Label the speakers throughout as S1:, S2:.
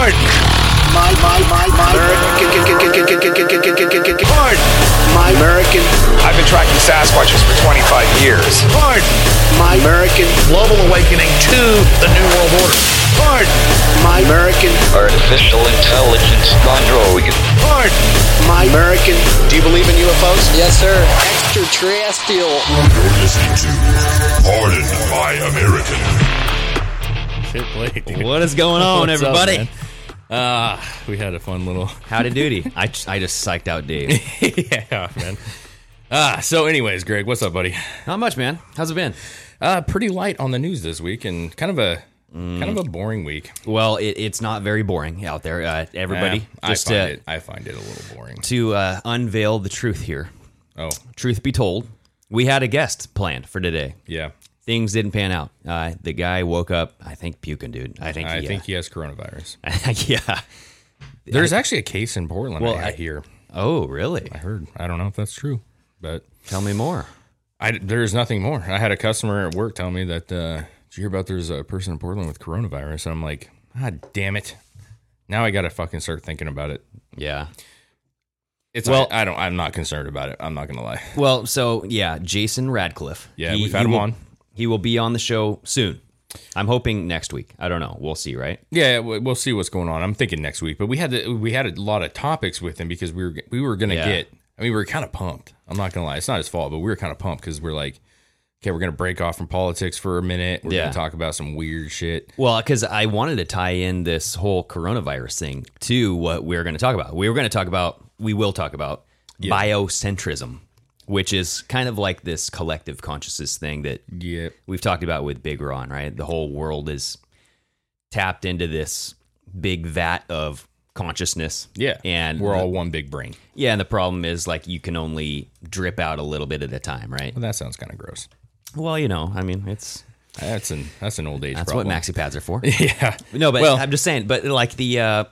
S1: My, my, my, my American pardon. My American
S2: I've been tracking Sasquatches for 25 years.
S1: pardon. My American global awakening to the New World Order. Pardon. My American
S3: Artificial intelligence android.
S1: pardon. My American. Do you believe in UFOs? Yes, sir. Extraterrestrial.
S4: You're listening to Pardon My American.
S5: Shit, Blake, dude.
S6: What is going on,
S5: What's up,
S6: everybody?
S5: man? Ah, we had a fun little.
S6: Howdy doody. I, I just psyched out Dave.
S5: yeah, man. Ah, so anyways, Greg, what's up, buddy?
S6: Not much, man. How's it been?
S5: Uh, pretty light on the news this week, and kind of a kind of a boring week.
S6: Well, it, it's not very boring out there. Uh, everybody,
S5: Eh,
S6: just
S5: I
S6: uh,
S5: find it. I find it a little boring.
S6: to uh, unveil the truth here.
S5: Oh,
S6: Truth be told, we had a guest planned for today.
S5: yeah.
S6: Things didn't pan out. Uh, the guy woke up, I think, puking, dude. I think.
S5: I
S6: he,
S5: think he has coronavirus.
S6: uh, yeah.
S5: There's actually a case in Portland.
S6: Well,
S5: I,
S6: I-
S5: hear.
S6: Oh, really?
S5: I heard. I don't know if that's true, but
S6: Tell me more.
S5: I, there's nothing more. I had a customer at work tell me that uh, did you hear about there's a person in Portland with coronavirus, and I'm like, God damn it! Now I got to fucking start thinking about it.
S6: Yeah.
S5: It's well,
S6: Well-
S5: I, don't. I'm not concerned about it. I'm not gonna lie.
S6: Well, so yeah, Jason Radcliffe.
S5: Yeah, we've had him
S6: will-
S5: on.
S6: He will be on the show soon. I'm hoping next week. I don't know. We'll see, right?
S5: Yeah, we- we'll see what's going on. I'm thinking next week, but we had to, we had a lot of topics with him because we were we were gonna
S6: Yeah.
S5: get. I mean, we were kind of pumped. I'm not gonna lie. It's not his fault, but we were kind of pumped because we're like, okay, we're gonna break off from politics for a minute. We're
S6: Yeah.
S5: gonna talk about some weird shit.
S6: Well, because I wanted to tie in this whole coronavirus thing to what we are going to talk about. We were going to talk about, we will talk about biocentrism, which is kind of like this collective consciousness thing that
S5: Yeah,
S6: we've talked about with Big Ron, right? The whole world is tapped into this big vat of consciousness.
S5: yeah.
S6: And
S5: we're all one big brain.
S6: Yeah, and the problem is like you can only drip out a little bit at a time, right?
S5: Well, that sounds kind of gross.
S6: Well, you know, I mean, it's
S5: That's an that's an old age.
S6: that's
S5: problem.
S6: what maxi pads are for.
S5: Yeah.
S6: No, but
S5: Well-
S6: I'm just saying, but like the uh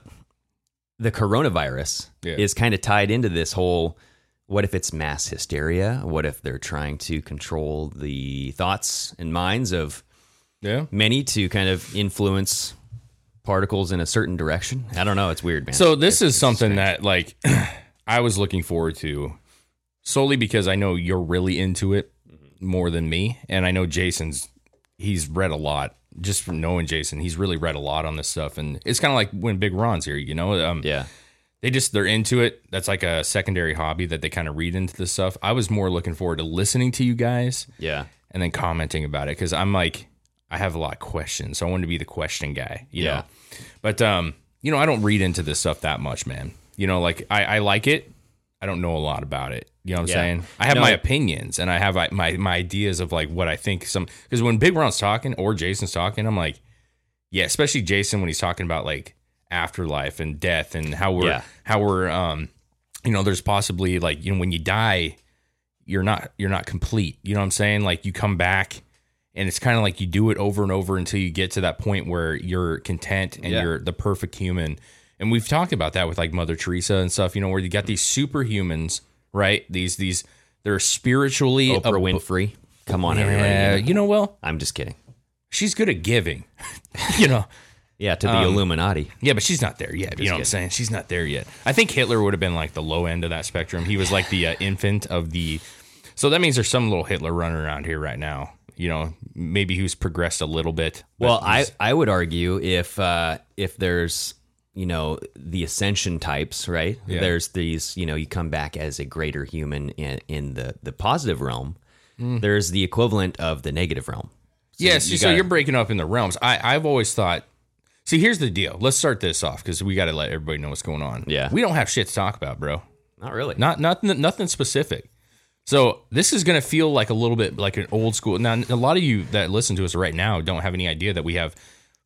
S6: the coronavirus
S5: Yeah.
S6: is kind of tied into this whole what if it's mass hysteria? What if they're trying to control the thoughts and minds of
S5: Yeah.
S6: many to kind of influence particles in a certain direction? I don't know, it's weird, man.
S5: So this is something that like I was looking forward to solely because I know you're really into it
S6: Mm-hmm.
S5: more than me, and I know Jason's he's read a lot just from knowing Jason. He's really read a lot on this stuff, and it's kind of like when Big Ron's here, you know. Um,
S6: yeah.
S5: they just they're into it. That's like a secondary hobby that they kind of read into this stuff. I was more looking forward to listening to you guys
S6: Yeah.
S5: and then commenting about it because I'm like, I have a lot of questions. So I want to be the question guy, you
S6: Yeah.
S5: know. But um, you know, I don't read into this stuff that much, man. You know, like I, I like it. I don't know a lot about it. You know what I'm
S6: Yeah.
S5: saying? I have
S6: No.
S5: my opinions and I have like, my my ideas of like what I think some because when Big Ron's talking or Jason's talking, I'm like, yeah, especially Jason when he's talking about like afterlife and death and how we're
S6: Yeah.
S5: how we're um you know, there's possibly like, you know, when you die, you're not you're not complete. You know what I'm saying? Like you come back and it's kind of like you do it over and over until you get to that point where you're content and
S6: Yeah.
S5: you're the perfect human. And we've talked about that with like Mother Teresa and stuff, you know, where you got these superhumans, right? These these they're spiritually
S6: Oprah
S5: ab-
S6: Winfrey. Come on
S5: Yeah,
S6: everybody.
S5: you know, well,
S6: I'm just kidding.
S5: she's good at giving. you know.
S6: Yeah, to the Illuminati.
S5: Yeah, but she's not there yet. You know what I'm
S6: kidding.
S5: saying? She's not there yet. I think Hitler would have been like the low end of that spectrum. He was like the uh, infant of the. So that means there's some little Hitler running around here right now. You know, maybe who's progressed a little bit. but
S6: Well, I,
S5: he's-
S6: I would argue if uh, if there's you know the ascension types, right?
S5: Yeah.
S6: There's these you know you come back as a greater human in, in the the positive realm. There's the equivalent of the negative realm.
S5: yes.
S6: you
S5: so
S6: gotta-
S5: you're breaking up in the realms. I I've always thought. See, here's the deal. Let's start this off because we got to let everybody know what's going on.
S6: Yeah.
S5: we don't have shit to talk about, bro.
S6: Not really.
S5: Not nothing nothing specific. So this is gonna feel like a little bit like an old school. Now a lot of you that listen to us right now don't have any idea that we have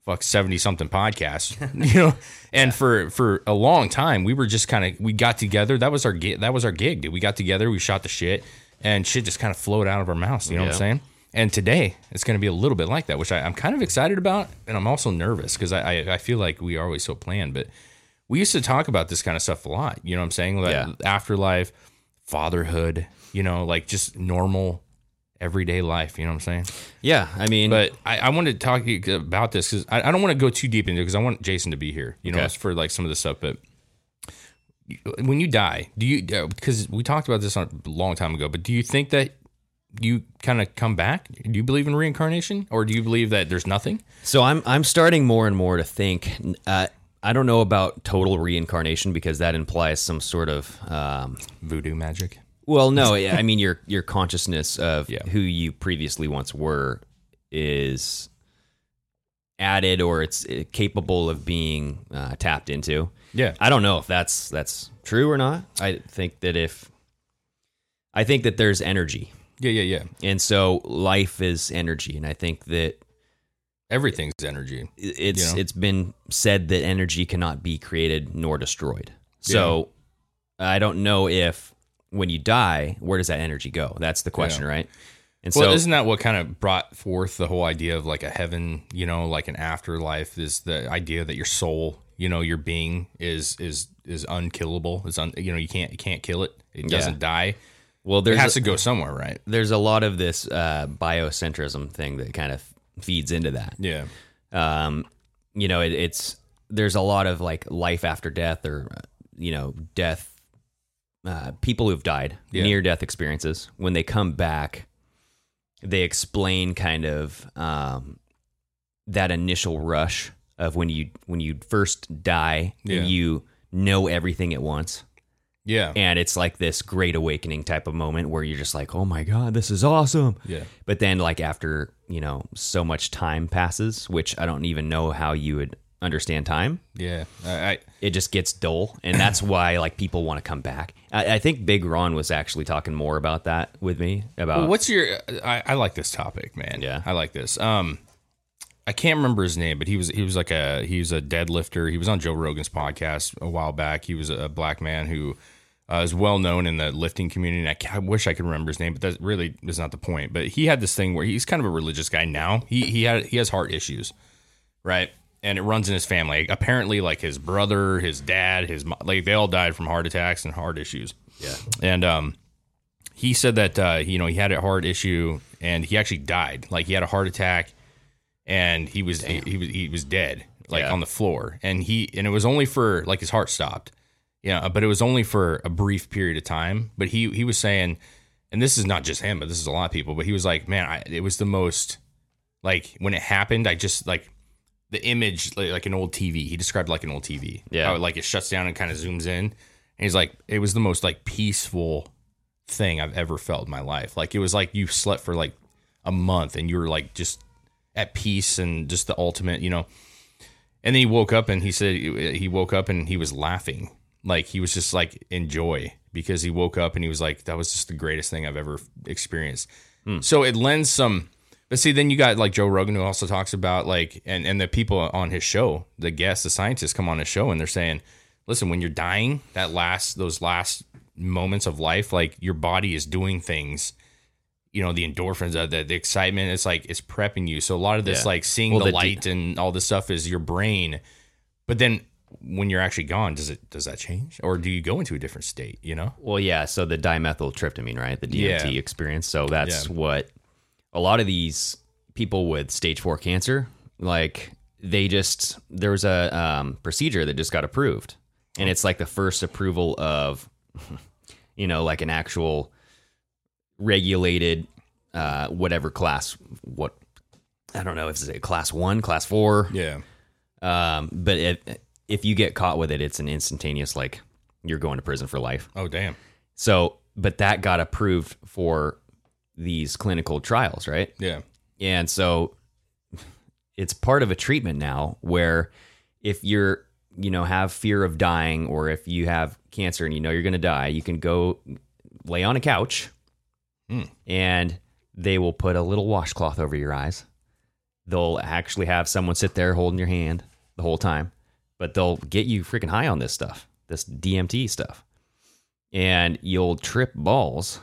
S5: fuck 70 something podcasts, you know. And for for a long time, we were just kind of we got together. That was our gig. That was our gig, dude. We got together, we shot the shit, and shit just kind of flowed out of our mouths. You know what I'm saying? And today it's going to be a little bit like that, which I, I'm kind of excited about, and I'm also nervous because I, I I feel like we are always so planned, but we used to talk about this kind of stuff a lot. You know what I'm saying? Like
S6: Yeah.
S5: afterlife, fatherhood, you know, like just normal everyday life. You know what I'm saying?
S6: Yeah, I mean,
S5: But I, I wanted to talk to you about this because I, I don't want to go too deep into it because I want Jason to be here, you know,
S6: Okay.
S5: as for like some of this stuff. But you- when you die, do you, because we talked about this on, a long time ago, but do you think that you kind of come back? Do you believe in reincarnation or do you believe that there's nothing?
S6: So I'm I'm starting more and more to think. Uh, I don't know about total reincarnation because that implies some sort of um,
S5: Voodoo magic.
S6: well, no, I mean your your consciousness of
S5: Yeah.
S6: who you previously once were is added or it's uh, capable of being uh, tapped into.
S5: Yeah.
S6: I don't know if that's that's true or not. I think that if I think that there's energy,
S5: Yeah, yeah, yeah.
S6: and so life is energy, and I think that
S5: Everything's energy.
S6: it's
S5: You know?
S6: it's been said that energy cannot be created nor destroyed. So I don't know if when you die, where does that energy go? That's the question, right? And
S5: Well,
S6: so
S5: isn't that what kind of brought forth the whole idea of like a heaven, you know, like an afterlife is the idea that your soul, you know, your being is is is unkillable. It's un, you know, you can't you can't kill it. It doesn't die.
S6: well,
S5: It
S6: there's
S5: has
S6: a,
S5: to go somewhere, right?
S6: there's a lot of this uh, biocentrism thing that kind of feeds into that.
S5: Yeah.
S6: um, you know, it, it's there's a lot of like life after death or uh, you know death. Uh, people who've died,
S5: Yeah.
S6: near death experiences, when they come back, they explain kind of um, that initial rush of when you when you first die
S5: Yeah.
S6: and you know everything at once,
S5: Yeah.
S6: and it's like this great awakening type of moment where you're just like, oh my god, this is awesome.
S5: yeah.
S6: But then, like after you know so much time passes, which I don't even know how you would understand time,
S5: Yeah. I, I
S6: it just gets dull, and that's why like people want to come back. I, I think Big Ron was actually talking more about that with me about
S5: Well, what's your? I, I like this topic, man.
S6: Yeah.
S5: I like this. Um, I can't remember his name, but he was he was like a he was a deadlifter. He was on Joe Rogan's podcast a while back. He was a black man who uh, is well known in the lifting community. And I, ca- I wish I could remember his name, but that really is not the point. But he had this thing where he's kind of a religious guy now. He he had he has heart issues, right? And it runs in his family. Apparently, like his brother, his dad, his mo- like they all died from heart attacks and heart issues. Yeah. And um, he said that uh, you know he had a heart issue and he actually died. Like he had a heart attack and he was he, he was he was dead like
S6: Yeah.
S5: on the floor and he and it was only for like his heart stopped. Yeah, but it was only for a brief period of time. But he he was saying, and this is not just him, but this is a lot of people. But he was like, man, I, it was the most like when it happened. I just like the image like, like an old TV. He described like an old TV.
S6: Yeah.
S5: how it, like it shuts down and kind of zooms in. And he's like, it was the most like peaceful thing I've ever felt in my life. Like it was like you slept for like a month and you were like just at peace and just the ultimate, you know. And then he woke up and he said he woke up and he was laughing. Like he was just like in joy because he woke up and he was like, that was just the greatest thing I've ever experienced. So it lends some, but see, then you got like Joe Rogan who also talks about like, and, and the people on his show, the guests, the scientists come on his show and they're saying, listen, when you're dying, that last, those last moments of life, like your body is doing things. You know the endorphins, uh, the, the excitement. It's like it's prepping you. So a lot of this,
S6: Yeah.
S5: like seeing
S6: Well,
S5: the,
S6: the d-
S5: light and all this stuff, is your brain but then when you're actually gone, does it does that change, or do you go into a different state? You know?
S6: Well, yeah. So the dimethyltryptamine, right? The DMT
S5: Yeah.
S6: experience. So that's
S5: Yeah.
S6: what a lot of these people with stage four cancer, like they just there was a um, procedure that just got approved, and it's like the first approval of, you know, like an actual regulated, uh, whatever class. What I don't know if it's a class one, class four,
S5: Yeah.
S6: um, but it, if you get caught with it, it's an instantaneous like you're going to prison for life.
S5: Oh damn.
S6: So, but that got approved for these clinical trials, right?
S5: Yeah.
S6: And so it's part of a treatment now where if you're, you know, have fear of dying or if you have cancer and you know you're going to die, you can go lay on a couch and they will put a little washcloth over your eyes they'll actually have someone sit there holding your hand the whole time, but they'll get you freaking high on this stuff, this DMT stuff, and you'll trip balls.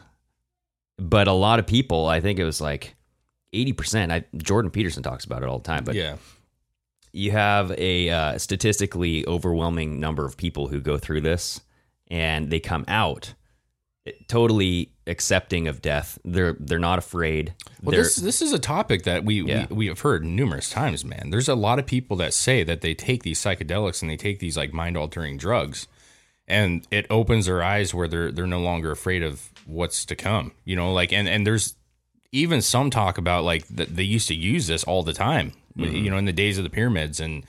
S6: But a lot of people, I think it was like 80%. I, Jordan Peterson talks about it all the time, but
S5: yeah.
S6: you have a uh, statistically overwhelming number of people who go through this and they come out eh, totally accepting of death they're they're not afraid
S5: Well,
S6: they're
S5: this this is a topic that we,
S6: Yeah.
S5: we we have heard numerous times, man. There's a lot of people that say that they take these psychedelics and they take these like mind altering drugs, and it opens their eyes where they're they're no longer afraid of what's to come. You know, like and and there's even some talk about like that they used to use this all the time. You know, in the days of the pyramids and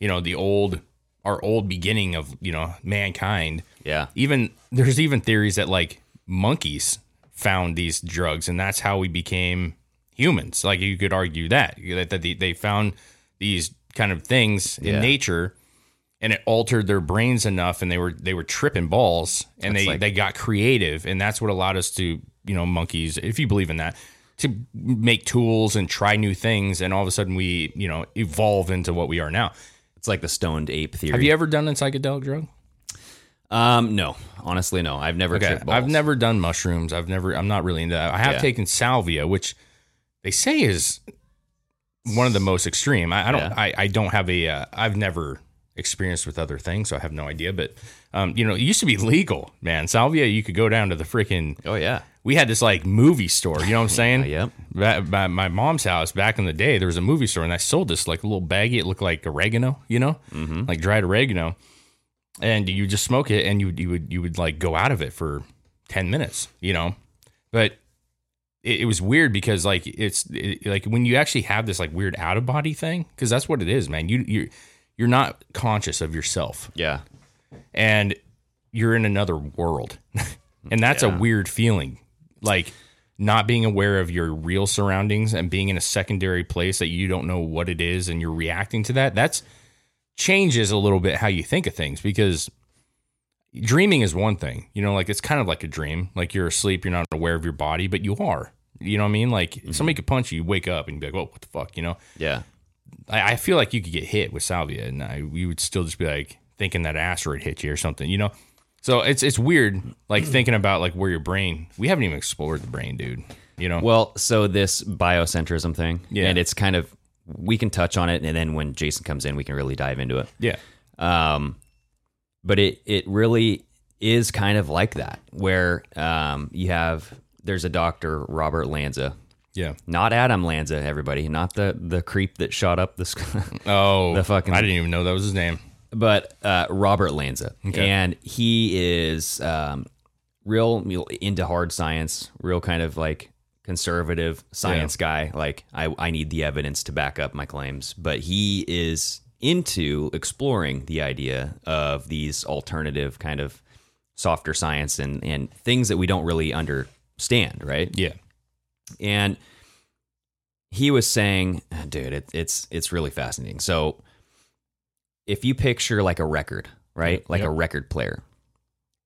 S5: you know the old our old beginning of you know mankind
S6: yeah
S5: even there's even theories that like monkeys found these drugs and that's how we became humans like you could argue that that, that they, they found these kind of things in
S6: Yeah.
S5: nature and it altered their brains enough and they were they were tripping balls and
S6: That's
S5: they
S6: like-
S5: they got creative and that's what allowed us to you know monkeys if you believe in that to make tools and try new things and all of a sudden we you know evolve into what we are now
S6: it's like the stoned ape theory
S5: have you ever done a psychedelic drug
S6: um no honestly no i've never
S5: Okay,
S6: tripped balls.
S5: I've never done mushrooms. I've never. I'm not really into that. I have
S6: Yeah.
S5: taken salvia, which they say is one of the most extreme. I, I don't.
S6: Yeah.
S5: I, I don't have a. Uh, I've never experienced with other things, so I have no idea. But um, you know, it used to be legal, man. Salvia, you could go down to the freaking.
S6: oh yeah
S5: We had this like movie store. You know what I'm saying?
S6: yep.
S5: Ba- By my mom's house back in the day, there was a movie store, and I sold this like little baggie. It looked like oregano, you know, like dried oregano. And you just smoke it, and you would- you would you would like go out of it for ten minutes, you know. But it, it was weird because like it's it, like when you actually have this like weird out of body thing, because that's what it is, man. You you you're not conscious of yourself
S6: yeah
S5: and you're in another world. and that's a weird feeling. Like not being aware of your real surroundings and being in a secondary place that you don't know what it is and you're reacting to that. That's changes a little bit how you think of things because dreaming is one thing. You know, like it's kind of like a dream. Like you're asleep, you're not aware of your body, but you are. You know what I mean? Like somebody could punch you, you wake up and be like, "Whoa, what the fuck?" You know?
S6: yeah
S5: I, I feel like you could get hit with salvia, and I, we would still just be like thinking that asteroid hit you or something, you know. So it's it's weird, like thinking about like where your brain. We haven't even explored the brain, dude. You know.
S6: well so this biocentrism thing
S5: Yeah.
S6: and it's kind of we can touch on it and then when jason comes in we can really dive into it
S5: yeah,
S6: um, but it it really is kind of like that where um, you have there's a doctor Robert Lanza,
S5: yeah.
S6: not Adam Lanza, everybody, not the the creep that shot up the sc-
S5: Oh,
S6: The fucking-
S5: I didn't even know that was his name.
S6: but uh, Robert Lanza, and he is um, real you know, into hard science, real kind of like conservative science guy. Like I, I need the evidence to back up my claims, but he is into exploring the idea of these alternative kind of softer science and and things that we don't really understand, right?
S5: Yeah,
S6: and he was saying, dude, it, it's it's really fascinating. So if you picture like a record, right, like a record player,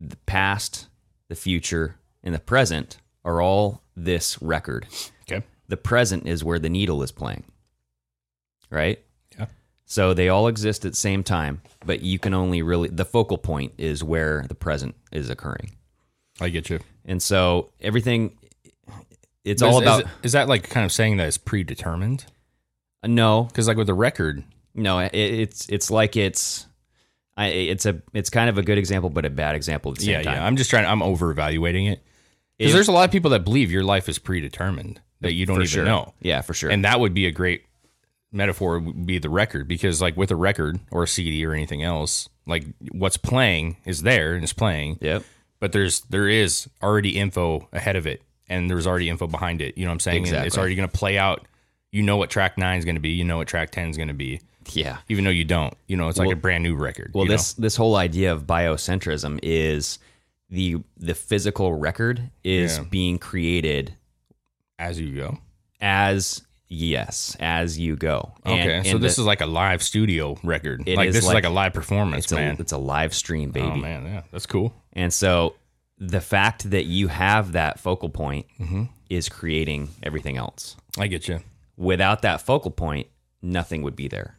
S6: the past, the future, and the present are all this record.
S5: Okay.
S6: The present is where the needle is playing, right?
S5: Yeah.
S6: So they all exist at the same time, but you can only really the focal point is where the present is occurring,
S5: I get you.
S6: and so everything. It's
S5: But
S6: all
S5: is,
S6: about
S5: Is, it- is that like kind of saying that it's predetermined?
S6: no,
S5: Because like with the record,
S6: No, it, it's it's like it's, I it's a it's kind of a good example, but a bad example at the same
S5: yeah,
S6: time.
S5: yeah. I'm just trying. I'm over evaluating it because
S6: If-
S5: there's a lot of people that believe your life is predetermined that you don't
S6: for
S5: even
S6: sure.
S5: know.
S6: Yeah, for sure.
S5: And that would be a great metaphor would be the record because like with a record or a CD or anything else, like what's playing is there and it's playing.
S6: yep,
S5: But there's there is already info ahead of it and there's already info behind it. You know what I'm saying? And it's
S6: Exactly.
S5: already gonna play out. You know what track nine is gonna be, you know what track ten is gonna be.
S6: yeah.
S5: Even though you don't. You know, it's like a brand new record.
S6: Well,
S5: you know?
S6: this this whole idea of biocentrism is the the physical record is
S5: Yeah.
S6: being created
S5: as you go.
S6: as yes as you go.
S5: Okay. so this is like a live studio record.
S6: It
S5: Like
S6: is
S5: this is
S6: like-
S5: like a live performance,
S6: it's a
S5: man.
S6: it's a live stream, baby.
S5: oh man, yeah. That's cool.
S6: And so the
S5: Mm-hmm.
S6: fact that you have that focal point is creating everything else.
S5: I get you.
S6: Without that focal point, nothing would be there.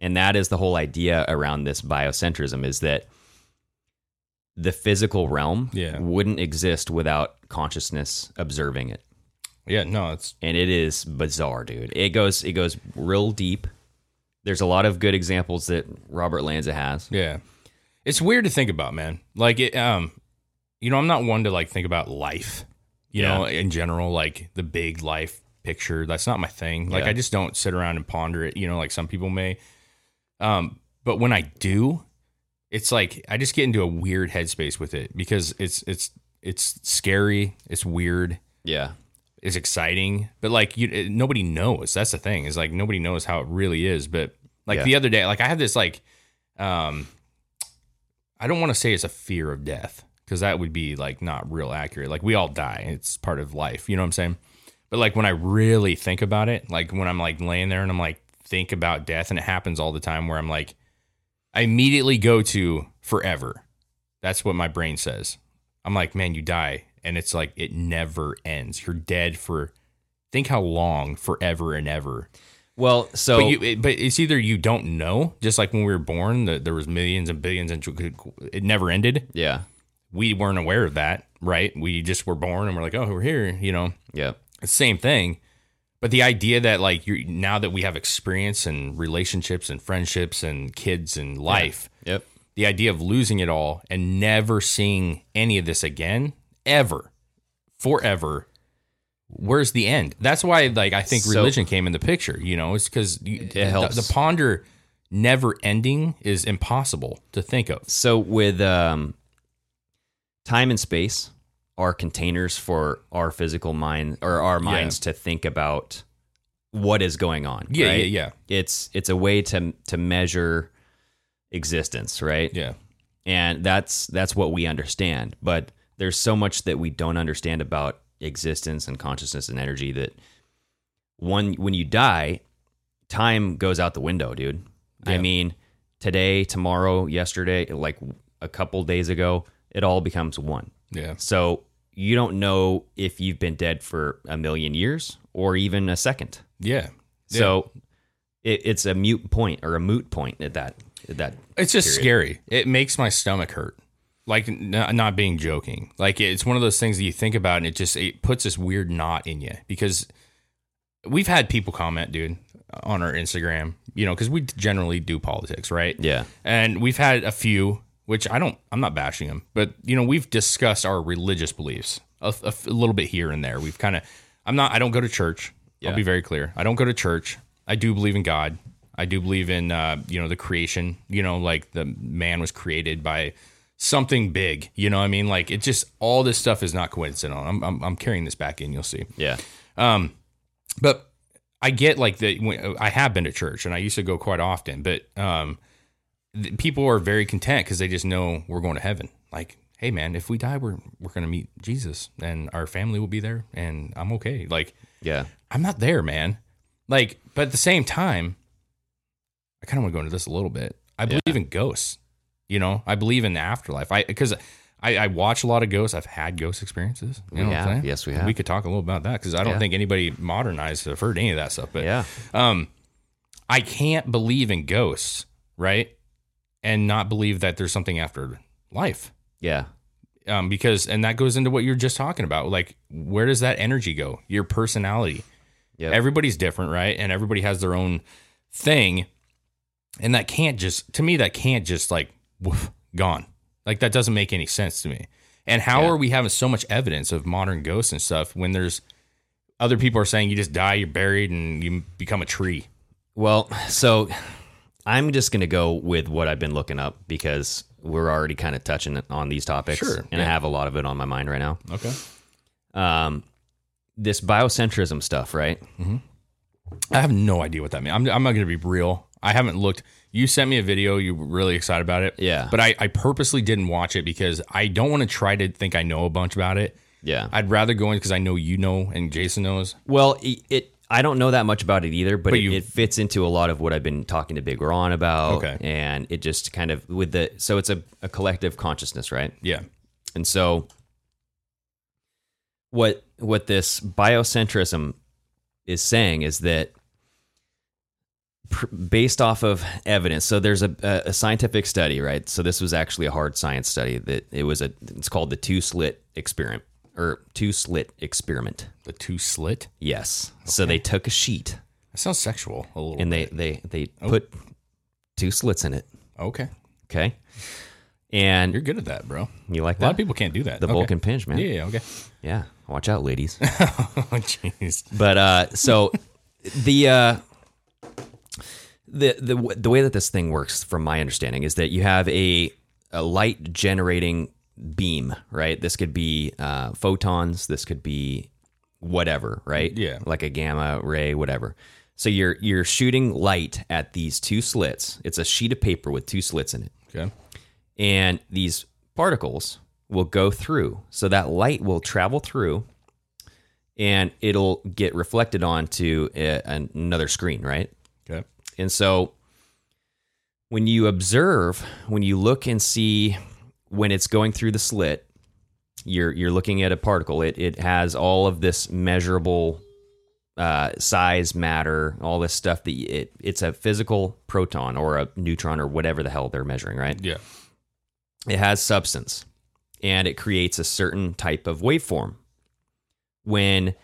S6: And that is the whole idea around this biocentrism is that the physical realm
S5: Yeah.
S6: wouldn't exist without consciousness observing it.
S5: Yeah, no, it's
S6: And it is bizarre, dude. It goes it goes real deep. There's a lot of good examples that Robert Lanza has.
S5: yeah. It's weird to think about, man. Like it um you know, I'm not one to like think about life, you
S6: Yeah.
S5: know, in general, like the big life picture. That's not my thing. Like
S6: Yeah.
S5: I just don't sit around and ponder it, you know, like some people may. Um, but when I do, it's like I just get into a weird headspace with it because it's it's it's scary, it's weird,
S6: Yeah.
S5: is exciting, but like you, it- nobody knows. That's the thing is like nobody knows how it really is. But like
S6: Yeah.
S5: the other day, like I have this like, um, I don't want to say it's a fear of death because that would be like not real accurate. Like we all die; it's part of life. You know what I'm saying? But like when I really think about it, like when I'm like laying there and I'm like think about death, and it happens all the time where I'm like, I immediately go to forever. That's what my brain says. I'm like, man, you die. And it's like, it never ends. You're dead for, think how long, forever and ever.
S6: Well, so
S5: But, you, it, but it's either you don't know, just like when we were born, that there was millions and billions and it never ended.
S6: yeah.
S5: We weren't aware of that, right? We just were born and we're like, oh, we're here, you know,
S6: Yeah.
S5: it's the same thing. But the idea that like you are now that we have experience and relationships and friendships and kids and life,
S6: Yep.
S5: the idea of losing it all and never seeing any of this again ever forever where's the end that's why like i think
S6: So-
S5: religion came in the picture you know it's because it
S6: helps.
S5: the, the ponder never ending is impossible to think of
S6: So with um, time and space are containers for our physical mind or our minds to think about what is going on.
S5: Yeah, yeah,
S6: right?
S5: yeah.
S6: It's it's a way to to measure existence, right?
S5: yeah
S6: and that's that's what we understand but there's so much that we don't understand about existence and consciousness and energy that one when you die time goes out the window dude i
S5: Yeah.
S6: mean today tomorrow yesterday like a couple days ago it all becomes one
S5: yeah
S6: so you don't know if you've been dead for a million years or even a second
S5: yeah
S6: so it, it's a mute point or a moot point at that at that
S5: It's just scary. It makes my stomach hurt. Like n- not being joking. Like it's one of those things that you think about and it just it puts this weird knot in you because we've had people comment, dude, on our Instagram, you know, cuz we generally do politics, right?
S6: yeah
S5: And we've had a few which I don't I'm not bashing them, but you know, we've discussed our religious beliefs a, a f- a little bit here and there. We've kind of I'm not I don't go to church.
S6: Yeah.
S5: I'll be very clear. I don't go to church. I do believe in God. I do believe in uh, you know the creation. You know, like the man was created by something big. You know, what I mean, like it just all this stuff is not coincidental. I'm I'm, I'm carrying this back in. You'll see.
S6: yeah
S5: Um, But I get like the when, uh, I have been to church and I used to go quite often. But um, th- people are very content because they just know we're going to heaven. Like, hey man, if we die, we're we're gonna meet Jesus and our family will be there, and I'm okay. Like.
S6: yeah
S5: I'm not there, man. Like, but at the same time, I kind of want to go into this a little bit. I believe in ghosts. You know, I believe in the afterlife. I because I, I watch a lot of ghosts. I've had ghost experiences. You
S6: We
S5: know what I'm
S6: have.
S5: saying?
S6: Yes, we have.
S5: We could talk a little about that because I don't
S6: Yeah.
S5: think anybody modernized have heard any of that stuff. But
S6: yeah
S5: um, I can't believe in ghosts, right? And not believe that there's something after life
S6: Yeah.
S5: um, because and that goes into what you're just talking about. Like, where does that energy go? Your personality.
S6: Yep.
S5: Everybody's different, right? And everybody has their own thing, and that can't just to me that can't just like woof, gone. Like that doesn't make any sense to me. And how
S6: Yeah.
S5: are we having so much evidence of modern ghosts and stuff when there's other people are saying you just die, you're buried, and you become a tree?
S6: Well, so I'm just going to go with what I've been looking up because we're already kind of touching on these topics.
S5: Sure,
S6: And
S5: yeah.
S6: I have a lot of it on my mind right now.
S5: Okay.
S6: Um, this biocentrism stuff, right?
S5: I have no idea what that means. I'm, I'm not going to be real. I haven't looked. You sent me a video. You were really excited about it.
S6: Yeah.
S5: But I, I purposely didn't watch it because I don't want to try to think I know a bunch about it.
S6: Yeah.
S5: I'd rather go in because I know you know and Jason knows.
S6: well, it, it I don't know that much about it either, but,
S5: But
S6: it,
S5: you-
S6: it fits into a lot of what I've been talking to Big Ron about.
S5: Okay.
S6: And it just kind of with the so it's a, a collective consciousness, right?
S5: Yeah.
S6: And so what what this biocentrism is saying is that pr- based off of evidence so there's a, a, a scientific study right so this was actually a hard science study that it was a it's called the two slit experiment or two slit experiment
S5: The two slit.
S6: yes so they took a sheet
S5: That sounds sexual a little.
S6: and they they they
S5: Oh.
S6: put two slits in it
S5: okay,
S6: okay and
S5: you're good at that, bro.
S6: you like
S5: A lot
S6: that
S5: of people can't do that.
S6: the
S5: Okay.
S6: Vulcan pinch man
S5: Yeah, yeah, okay.
S6: yeah watch out ladies
S5: Oh, jeez.
S6: But uh, so the uh, the the w- the way that this thing works, from my understanding, is that you have a a light generating beam, right? This could be uh, photons. This could be whatever, right?
S5: Yeah.
S6: like a gamma ray, whatever. So you're you're shooting light at these two slits. It's a sheet of paper with two slits in it
S5: Okay.
S6: and these particles will go through. So that light will travel through and it'll get reflected onto a, another screen, right?
S5: Okay.
S6: And so when you observe, when you look and see when it's going through the slit, you're you're looking at a particle. It it has all of this measurable uh, size, matter, all this stuff that it it's a physical proton or a neutron or whatever the hell they're measuring, right?
S5: Yeah.
S6: it has substance and it creates a certain type of waveform. When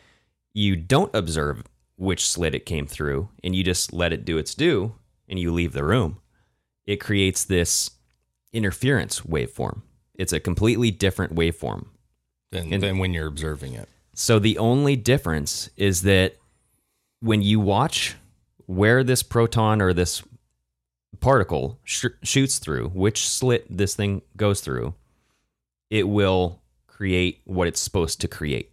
S6: you don't observe which slit it came through and you just let it do its due and you leave the room, it creates this interference waveform. It's a completely different waveform.
S5: Then,
S6: And-
S5: then when you're observing it.
S6: So the only difference is that when you watch where this proton or this particle sh- shoots through, which slit this thing goes through, it will create what it's supposed to create.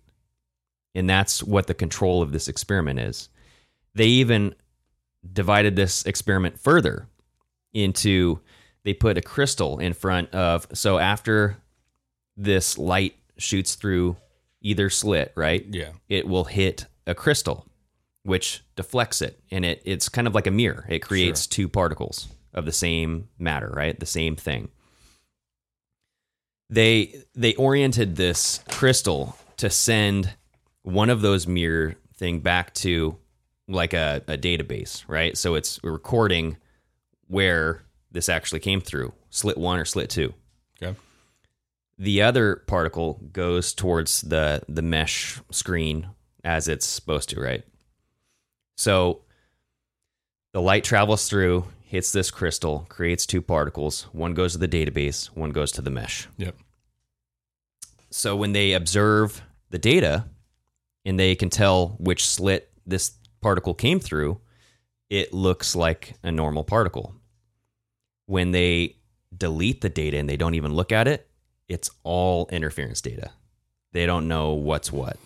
S6: And that's what the control of this experiment is. They even divided this experiment further into they put a crystal in front of so after this light shoots through either slit, right?
S5: Yeah.
S6: It will hit a crystal, which deflects it. And it, it's kind of like a mirror. It creates two particles of the same matter, right? The same thing. They they oriented this crystal to send one of those mirror thing back to like a, a database, right? So it's recording where this actually came through, slit one or slit two
S5: Okay.
S6: the other particle goes towards the the mesh screen as it's supposed to, right? So the light travels through, hits this crystal, creates two particles. One goes to the database, one goes to the mesh.
S5: Yep.
S6: So when they observe the data and they can tell which slit this particle came through, it looks like a normal particle. When they delete the data and they don't even look at it, it's all interference data. They don't know what's what.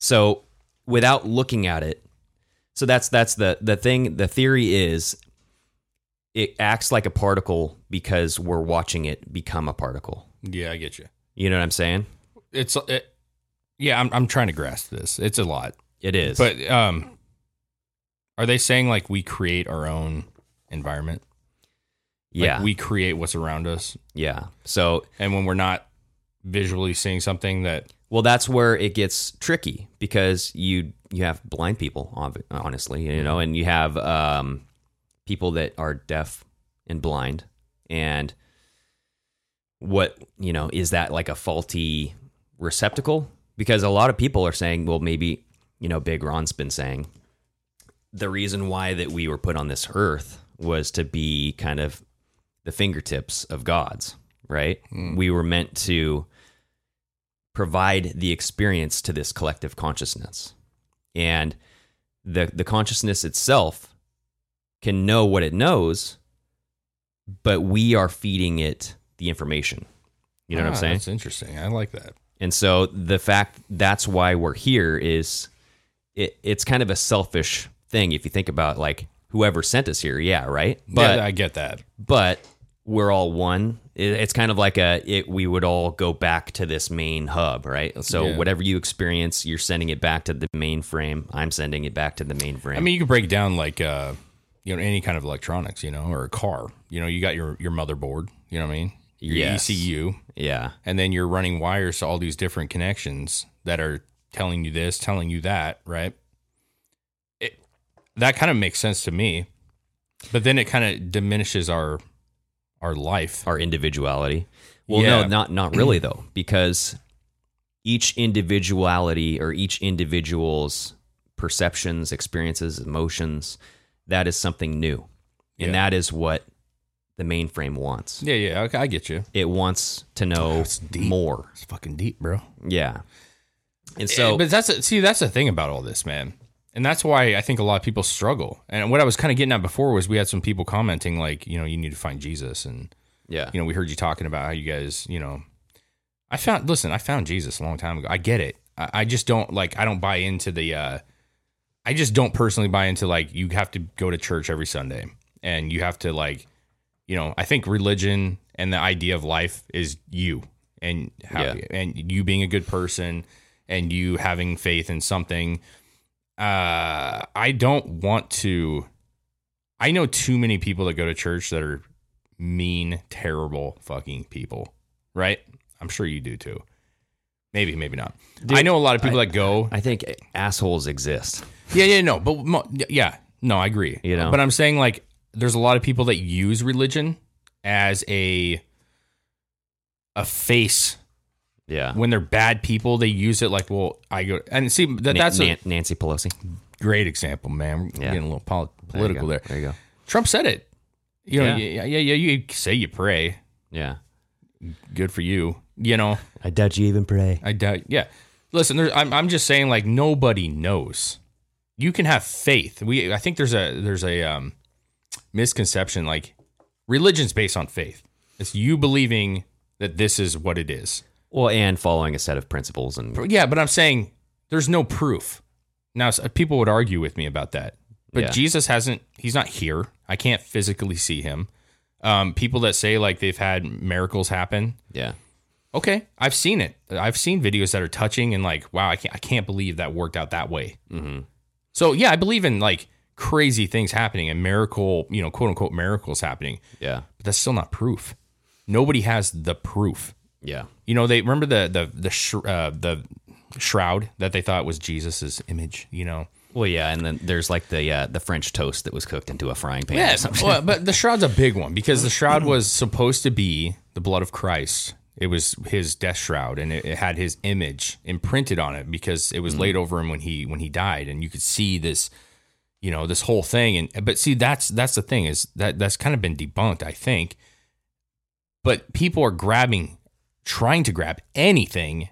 S6: So without looking at it, so that's that's the the thing the theory is it acts like a particle because we're watching it become a particle.
S5: Yeah, I get you.
S6: You know what I'm saying?
S5: It's uh, it, yeah. I'm I'm trying to grasp this. It's a lot,
S6: It is.
S5: but um, are they saying like we create our own environment? Like,
S6: yeah,
S5: we create what's around us,
S6: yeah. So
S5: and when we're not visually seeing something that
S6: well, that's where it gets tricky because you you have blind people, ob- honestly, you know, and you have um, people that are deaf and blind, and what you know is that like a faulty receptacle? Because a lot of people are saying, well, maybe you know, Big Ron's been saying the reason why that we were put on this earth was to be kind of the fingertips of gods, right?
S5: Hmm.
S6: We were meant to provide the experience to this collective consciousness. And the the consciousness itself can know what it knows, but we are feeding it the information. You know what
S5: Ah,
S6: I'm saying?
S5: That's interesting. I like that.
S6: And so the fact that's why we're here is it, it's kind of a selfish thing if you think about like whoever sent us here, yeah, right? But
S5: But I get that.
S6: but we're all one. It, it's kind of like a it, we would all go back to this main hub, right? So
S5: Yeah.
S6: whatever you experience, you're sending it back to the mainframe. I'm sending it back to the mainframe.
S5: I mean, you could break down like uh, you know any kind of electronics, you know, or a car. You know, you got your your motherboard. You know what I mean? Your E
S6: Yes.
S5: ECU,
S6: yeah,
S5: and then you're running wires to all these different connections that are telling you this, telling you that, right? It, that kind of makes sense to me. But then it kind of diminishes our our life.
S6: our individuality. Well,
S5: Yeah.
S6: no, not not really though, because each individuality or each individual's perceptions, experiences, emotions, that is something new.
S5: Yeah.
S6: And that is what the mainframe wants.
S5: Yeah, yeah, I, I get you.
S6: It wants to know
S5: That's deep.
S6: more.
S5: It's fucking deep, bro.
S6: Yeah. And
S5: So,
S6: so
S5: Eh, but that's see, that's the thing about all this, man, and that's why I think a lot of people struggle. And what I was kind of getting at before was we had some people commenting like, you know, you need to find Jesus, and
S6: yeah.
S5: you know, we heard you talking about how you guys, you know, I found listen, I found Jesus a long time ago. I get it. I, I just don't like. I don't buy into the. uh I just don't personally buy into like you have to go to church every Sunday and you have to like, you know, I think religion and the idea of life is you and how
S6: Yeah.
S5: and you being a good person and you having faith in something. Uh, I don't want to. I know too many people that go to church that are mean, terrible fucking people, right? I'm sure you do too. Maybe, maybe not. I know a lot of people that go.
S6: I think assholes exist.
S5: Yeah, yeah, no, but mo- yeah, no, I agree.
S6: You know?
S5: but I'm saying like there's a lot of people that use religion as a a face
S6: Yeah.
S5: when they're bad people. They use it like, well, I go and see that,
S6: Na-
S5: that's
S6: Nan- Nancy Pelosi.
S5: a great example, man. We're
S6: Yeah.
S5: getting a little pol-
S6: There you
S5: political
S6: go.
S5: there.
S6: There you go.
S5: Trump said it. You know,
S6: Yeah.
S5: yeah, yeah, yeah. You say you pray,
S6: Yeah.
S5: good for you. You know,
S6: I doubt you even pray.
S5: I doubt. Yeah, listen, there, I'm I'm just saying like nobody knows. You can have faith. We I think there's a there's a um, misconception like religion's based on faith. It's you believing that this is what it is.
S6: Well, and following a set of principles and
S5: Yeah, but I'm saying there's no proof. Now s- uh, people would argue with me about that, but
S6: Yeah.
S5: Jesus hasn't. He's not here. I can't physically see him. Um, people that say like they've had miracles happen,
S6: yeah.
S5: okay, I've seen it. I've seen videos that are touching and like, wow, I can't, I can't believe that worked out that way. So yeah, I believe in like crazy things happening and miracle, you know, quote unquote miracles happening,
S6: Yeah.
S5: but that's still not proof. Nobody has the proof.
S6: Yeah.
S5: You know, they remember the the the sh- uh, the shroud that they thought was Jesus's image. You know,
S6: Well, yeah, and then there's like the uh, the French toast that was cooked into a frying pan. or
S5: Yes,
S6: something.
S5: well, but the shroud's a big one because the shroud was supposed to be the blood of Christ. It was his death shroud, and it, it had his image imprinted on it because it was laid over him when he when he died, and you could see this, you know, this whole thing. And but see, that's that's the thing is that that's kind of been debunked, I think. But people are grabbing, trying to grab anything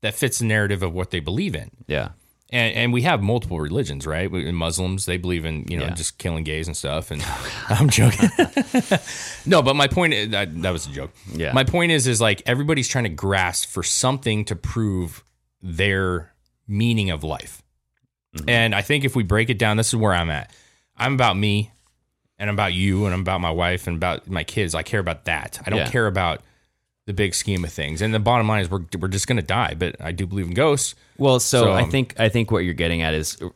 S5: that fits the narrative of what they believe in
S6: Yeah.
S5: and and we have multiple religions, right? We- and Muslims they believe in you know
S6: Yeah.
S5: just killing gays and stuff. And I'm joking. no, but my point is, that, that was a joke.
S6: Yeah.
S5: My point is is like everybody's trying to grasp for something to prove their meaning of life.
S6: Mm-hmm.
S5: And I think if we break it down, this is where I'm at. I'm about me, and I'm about you, and I'm about my wife, and about my kids. I care about that. I don't
S6: Yeah.
S5: care about the big scheme of things. And the bottom line is we're we're just gonna die. But I do believe in ghosts.
S6: Well, so,
S5: So,
S6: I
S5: um,
S6: think I think what you're getting at is uh,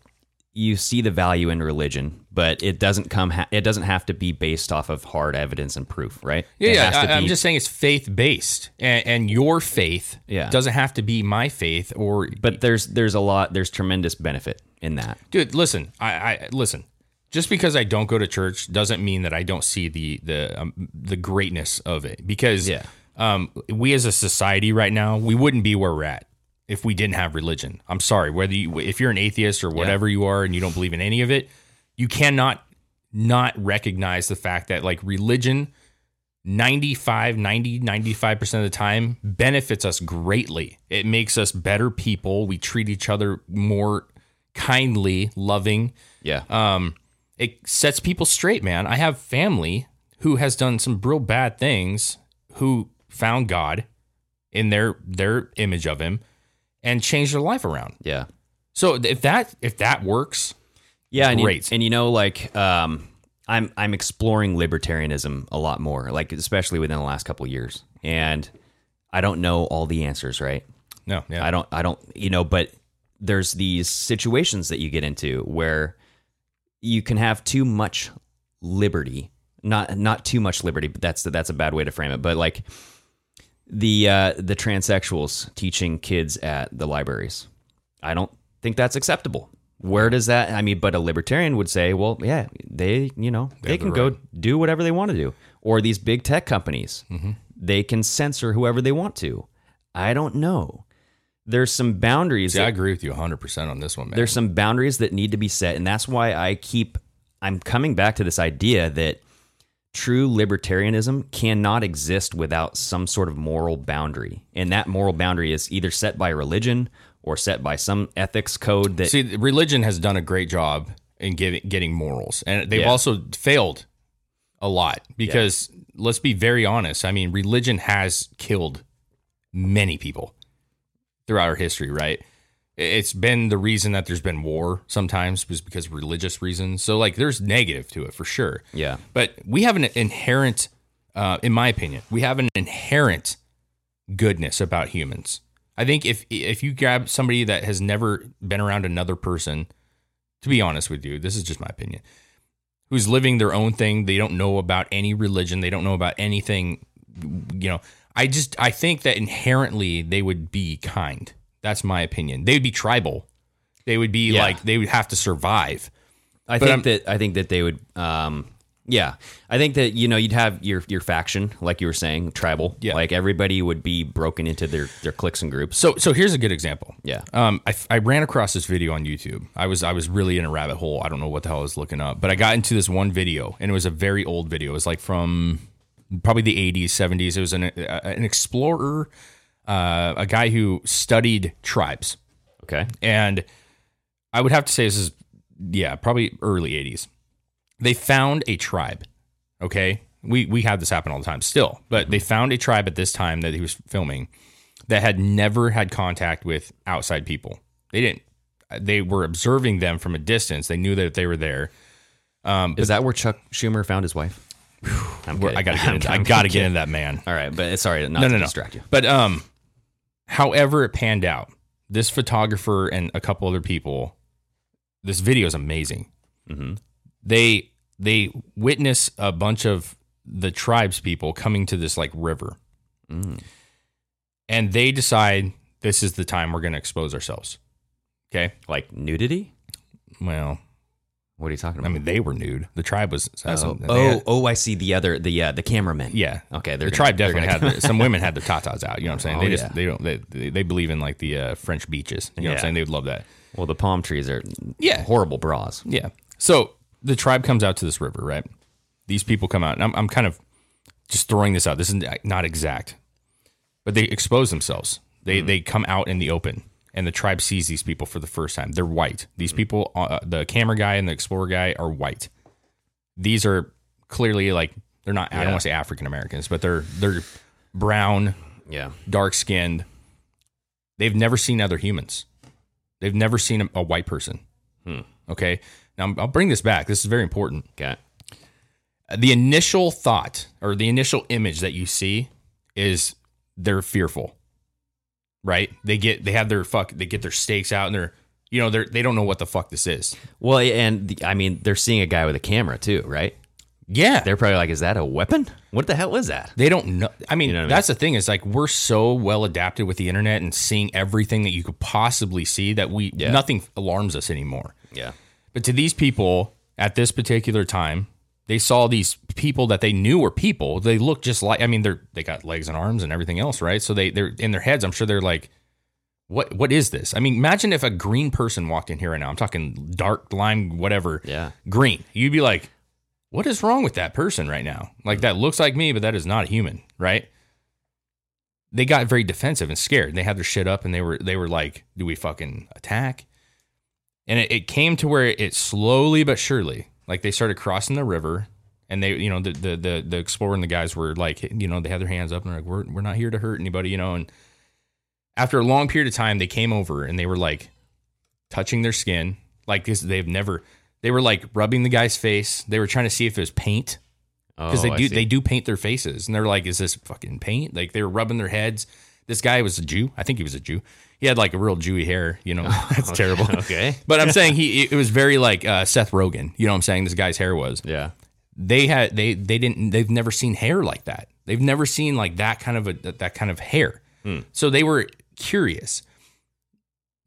S6: you see the value in religion, but it doesn't come ha- it doesn't have to be based off of hard evidence and proof, right?
S5: Yeah,
S6: It
S5: yeah.
S6: has
S5: I,
S6: to
S5: I'm
S6: be-
S5: just saying it's faith based, and, and your faith
S6: Yeah.
S5: doesn't have to be my faith or.
S6: But there's there's a lot there's tremendous benefit in that.
S5: dude, listen, I, I listen. Just because I don't go to church doesn't mean that I don't see the the um, the greatness of it. Because
S6: Yeah.
S5: um, we as a society right now, we wouldn't be where we're at if we didn't have religion. I'm sorry, whether you if you're an atheist or whatever you are, and you don't believe in any of it, you cannot not recognize the fact that like religion 95 90 95% of the time benefits us greatly it makes us better people we treat each other more kindly loving
S6: Yeah.
S5: Uh, it sets people straight man i have family who has done some real bad things who found god in their their image of him and changed their life around
S6: yeah.
S5: so if that if that works
S6: Yeah, and you-
S5: Great.
S6: and You, know, like um, I'm I'm exploring libertarianism a lot more, like especially within the last couple of years, and I don't know all the answers, right?
S5: no yeah
S6: I don't I don't you know, but there's these situations that you get into where you can have too much liberty. Not not too much liberty, but that's that's a bad way to frame it. But like the uh, the transsexuals teaching kids at the libraries, I don't think that's acceptable. Where does that? I mean, but a libertarian would say, well, yeah, they, you know, they, can go do whatever they want to do. Or these big tech companies, they can censor whoever they want to. I don't know. There's some boundaries.
S5: See,
S6: that-
S5: I agree with you 100% on this one, man.
S6: there's some boundaries that need to be set and that's why i keep i'm coming back to this idea that true libertarianism cannot exist without some sort of moral boundary and that moral boundary is either set by religion or set by some ethics code that
S5: See, religion has done a great job in giving, getting morals, and they've
S6: Yeah.
S5: also failed a lot because let's be very honest. I mean, religion has killed many people throughout our history, right? I- It's been the reason that there's been war sometimes was because of religious reasons. So, like, there's negative to it for sure.
S6: Yeah.
S5: But we have an inherent, uh, in my opinion, we have an inherent goodness about humans. I think if if you grab somebody that has never been around another person, to be honest with you, this is just my opinion, who's living their own thing, they don't know about any religion, they don't know about anything, you know. I just I think that inherently they would be kind. That's my opinion. They would be tribal. They would be
S6: Yeah.
S5: like they would have to survive.
S6: I
S5: But
S6: think
S5: I'm-
S6: that I think that they would. Um, yeah, I think that you know you'd have your your faction, like you were saying, tribal.
S5: Yeah.
S6: like everybody would be broken into their their cliques and groups.
S5: So so here's a good example.
S6: Yeah.
S5: Um, I, I ran across this video on YouTube. I was I was really in a rabbit hole. I don't know what the hell I was looking up, but I got into this one video, and it was a very old video. It was like from probably the 80s, 70s. It was an uh, an explorer, uh, a guy who studied tribes,
S6: Okay,
S5: and I would have to say this is yeah probably early 80s. They found a tribe. Okay, we we have this happen all the time still, but they found a tribe at this time that he was filming that had never had contact with outside people. They didn't. They were observing them from a distance. They knew that they were there.
S6: is that where Chuck Schumer found his wife? I'm
S5: Where- I
S6: kidding.
S5: gotta get.
S6: I'm
S5: Into, I
S6: kidding.
S5: gotta get into that man.
S6: All right, but sorry, not
S5: No,
S6: to
S5: no, no.
S6: distract you.
S5: But um, however it panned out, this photographer and a couple other people, this video is amazing.
S6: Mm-hmm.
S5: They they witness a bunch of the tribes people coming to this like river,
S6: Mm.
S5: and they decide this is the time we're going to expose ourselves. Okay,
S6: Like nudity?
S5: well,
S6: What are you talking
S5: I
S6: about?
S5: mean, they were nude. The tribe was. has
S6: oh,
S5: some- they
S6: oh,
S5: had-
S6: oh, I see the other the uh, the cameraman.
S5: yeah.
S6: Okay,
S5: The
S6: they're gonna-
S5: tribe
S6: they're
S5: definitely had
S6: gonna-
S5: their- some women had their tatas out. You know what I'm saying?
S6: Oh,
S5: they just
S6: yeah.
S5: they don't they, they they believe in like the uh, French beaches. You know what I'm
S6: Yeah.
S5: saying? They would love that.
S6: Well, the palm trees are
S5: Yeah.
S6: horrible bras.
S5: Yeah. So the tribe comes out to this river, right? These people come out, and I'm I'm kind of just throwing this out. This is not exact, but they expose themselves. They
S6: Mm-hmm.
S5: they come out in the open, and the tribe sees these people for the first time. They're white. These
S6: Mm-hmm.
S5: people, uh, the camera guy and the explorer guy, are white. These are clearly like they're not. I don't
S6: Yeah.
S5: want to say African Americans, but they're they're brown,
S6: Yeah,
S5: dark skinned. They've never seen other humans. They've never seen a, a white person.
S6: Hmm.
S5: Okay. Now I'll bring this back. This is very important.
S6: okay,
S5: The initial thought or the initial image that you see is they're fearful, right? They get they have their fuck they get their stakes out and they're you know they're they don't know what the fuck this is.
S6: Well, and the, I mean, they're seeing a guy with a camera too, right?
S5: Yeah,
S6: They're probably like, "Is that a weapon? What the hell is that?"
S5: they don't know. I mean,
S6: You know what I mean?
S5: that's the thing is like we're so well adapted with the internet and seeing everything that you could possibly see that we
S6: Yeah.
S5: nothing alarms us anymore.
S6: Yeah,
S5: But to these people at this particular time, they saw these people that they knew were people. They looked just like I mean, they're they got legs and arms and everything else, right? So they they're in their heads, I'm sure they're like, What what is this? I mean, imagine if a green person walked in here right now. I'm talking dark lime, whatever.
S6: Yeah.
S5: Green. You'd be like, What is wrong with that person right now? Like that looks like me, but that is not a human, right? They got very defensive and scared. They had their shit up and they were they were like, Do we fucking attack? and it, it came to where it slowly but surely like they started crossing the river and they you know the the the, the explorer and the guys were like you know they had their hands up and they're like we're, we're not here to hurt anybody you know and after a long period of time they came over and they were like touching their skin like this they've never they were like rubbing the guy's face they were trying to see if it was paint because
S6: Oh,
S5: they
S6: I
S5: do
S6: see.
S5: they do paint their faces and they're like is this fucking paint like they were rubbing their heads this guy was a jew i think he was a jew he had like a real jewy hair you know that's terrible
S6: Oh, okay.
S5: but i'm saying he it was very like uh, seth rogen you know what i'm saying this guy's hair was
S6: yeah,
S5: they had they they didn't they've never seen hair like that they've never seen like that kind of a that kind of hair so they were curious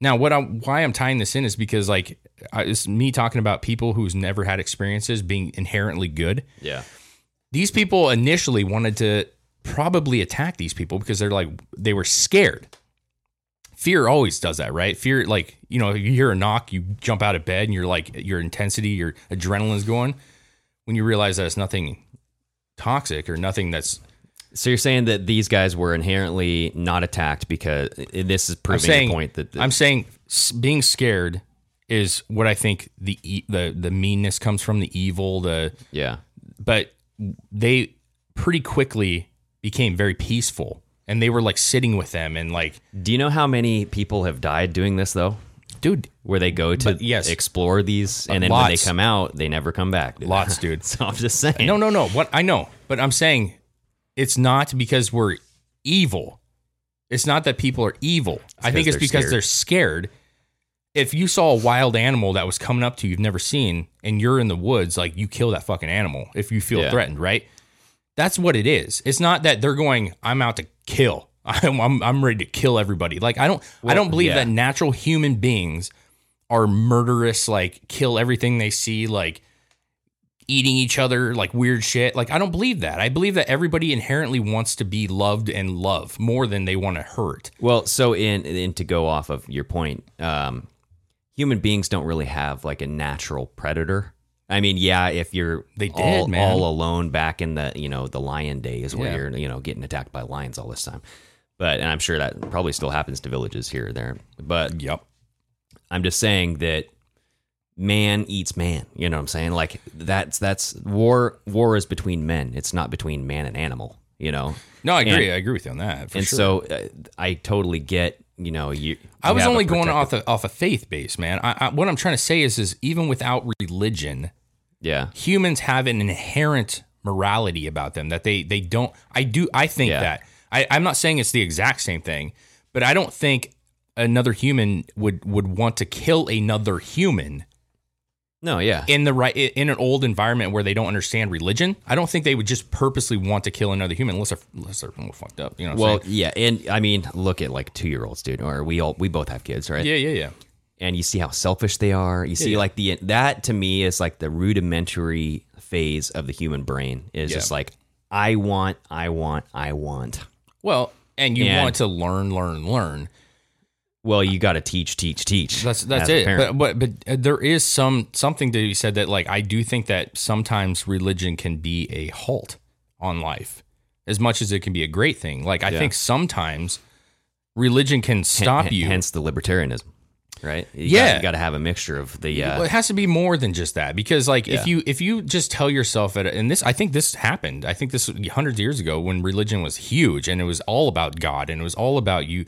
S5: Now, what I why I'm tying this in is because like I, it's me talking about people who's never had experiences being inherently good.
S6: Yeah.
S5: These people initially wanted to probably attack these people because they're like they were scared. Fear always does that, right? Fear, like you know, you hear a knock, you jump out of bed, and you're like your intensity, your adrenaline's going. When you realize that it's nothing toxic or nothing that's
S6: So you're saying that these guys were inherently not attacked because this is
S5: I'm
S6: proving
S5: saying
S6: the point that the,
S5: I'm saying s- being scared is what I think the e- the the meanness comes from the evil the
S6: yeah
S5: but they pretty quickly became very peaceful and they were like sitting with them and like
S6: Do you know how many people have died doing this though?
S5: dude
S6: Where they go to
S5: But, yes.
S6: explore these, and then when they
S5: lots.
S6: come out, they never come back.
S5: lots dude
S6: so I'm just saying.
S5: no no no what I know but I'm saying it's not because we're evil it's not that people are evil I think it's
S6: 'cause they're
S5: because
S6: scared.
S5: they're scared if you saw a wild animal that was coming up to you you've never seen and you're in the woods like you kill that fucking animal if you feel
S6: Yeah.
S5: threatened right that's what it is it's not that they're going i'm out to kill i'm i'm, I'm ready to kill everybody like i don't i don't believe
S6: yeah.
S5: that natural human beings are murderous like kill everything they see like eating each other like weird shit like i don't believe that i believe that everybody inherently wants to be loved and love more than they want to hurt
S6: Well, so in, in to go off of your point, um, human beings don't really have like a natural predator. I mean, yeah, if you're
S5: They
S6: all,
S5: did, man.
S6: all alone back in the you know the lion days where
S5: Yeah.
S6: you're you know getting attacked by lions all this time, but and I'm sure that probably still happens to villages here or there. But
S5: yep
S6: I'm just saying that man eats man. You know what I'm saying? Like that's that's war war is between men. It's not between man and animal, you know.
S5: no i agree
S6: And-
S5: i agree with you on that for
S6: and
S5: sure.
S6: so uh, I totally get, you know, you
S5: I
S6: you
S5: was
S6: have a
S5: only going
S6: protective-
S5: off of, off a faith base, man. I, I, what I'm trying to say is, is even without religion,
S6: Yeah.
S5: humans have an inherent morality about them that they they don't. I do. I think
S6: Yeah.
S5: that I, I'm not saying it's the exact same thing, but I don't think another human would would want to kill another human
S6: No, yeah.
S5: in the right in an old environment where they don't understand religion. I don't think they would just purposely want to kill another human unless they're unless they're fucked up. You know. What
S6: well,
S5: I'm saying?
S6: yeah, and I mean, look at like 2-year-olds, dude, or we all we both have kids, right?
S5: yeah, yeah, yeah.
S6: and you see how selfish they are. You see
S5: yeah.
S6: like the that to me is like the rudimentary phase of the human brain is
S5: Yeah.
S6: just like I want, I want, I want.
S5: Well, and you
S6: And-
S5: want to learn, learn, learn.
S6: Well, you got to teach, teach, teach.
S5: That's
S6: as
S5: that's
S6: a
S5: it.
S6: parent.
S5: But, but but uh, there is some something to be said that like I do think that sometimes religion can be a halt on life, as much as it can be a great thing. Like I think sometimes religion can
S6: H-
S5: stop
S6: h-
S5: you.
S6: Hence the libertarianism, right? You
S5: Yeah.
S6: gotta, you got to have a mixture of the.
S5: well,
S6: Uh,
S5: it has to be more than just that because like
S6: Yeah.
S5: if you if you just tell yourself that and this I think this happened I think this was hundreds of years ago when religion was huge and it was all about God and it was all about you.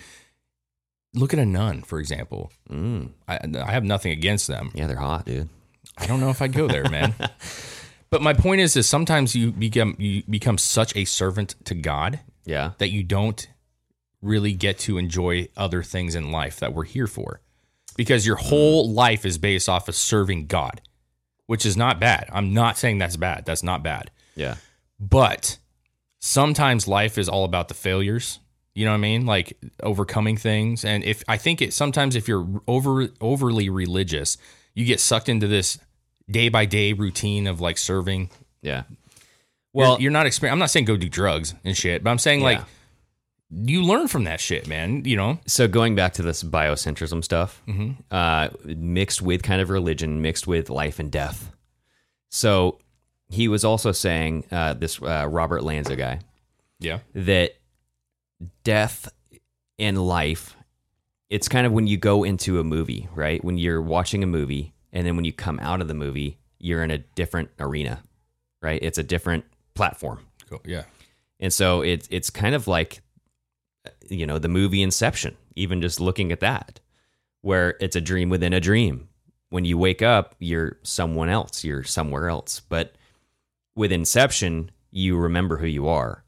S5: Look at a nun, for example.
S6: mm,
S5: I, I have nothing against them.
S6: yeah, they're hot, dude.
S5: I don't know if I go there, man. but my point is, is sometimes you become you become such a servant to God
S6: Yeah,
S5: that you don't really get to enjoy other things in life that we're here for, because your whole life is based off of serving God, which is not bad. I'm not saying that's bad. That's not bad.
S6: yeah,
S5: But sometimes life is all about the failures. You know what I mean? Like overcoming things. And if I think it sometimes if you're over overly religious, you get sucked into this day by day routine of like serving.
S6: yeah.
S5: Well, you're, you're not exper I'm not saying go do drugs and shit, but I'm saying like
S6: Yeah.
S5: you learn from that shit, man. You know?
S6: So going back to this biocentrism stuff, uh, mixed with kind of religion, mixed with life and death. So he was also saying uh, this uh, Robert Lanza guy
S5: Yeah.
S6: that death and life. It's kind of when you go into a movie, right? When you're watching a movie, and then when you come out of the movie, you're in a different arena, right? It's a different platform.
S5: Cool. Yeah.
S6: And so it's it's kind of like you know, the movie Inception, even just looking at that, where it's a dream within a dream. When you wake up, you're someone else, you're somewhere else. But with Inception, you remember who you are.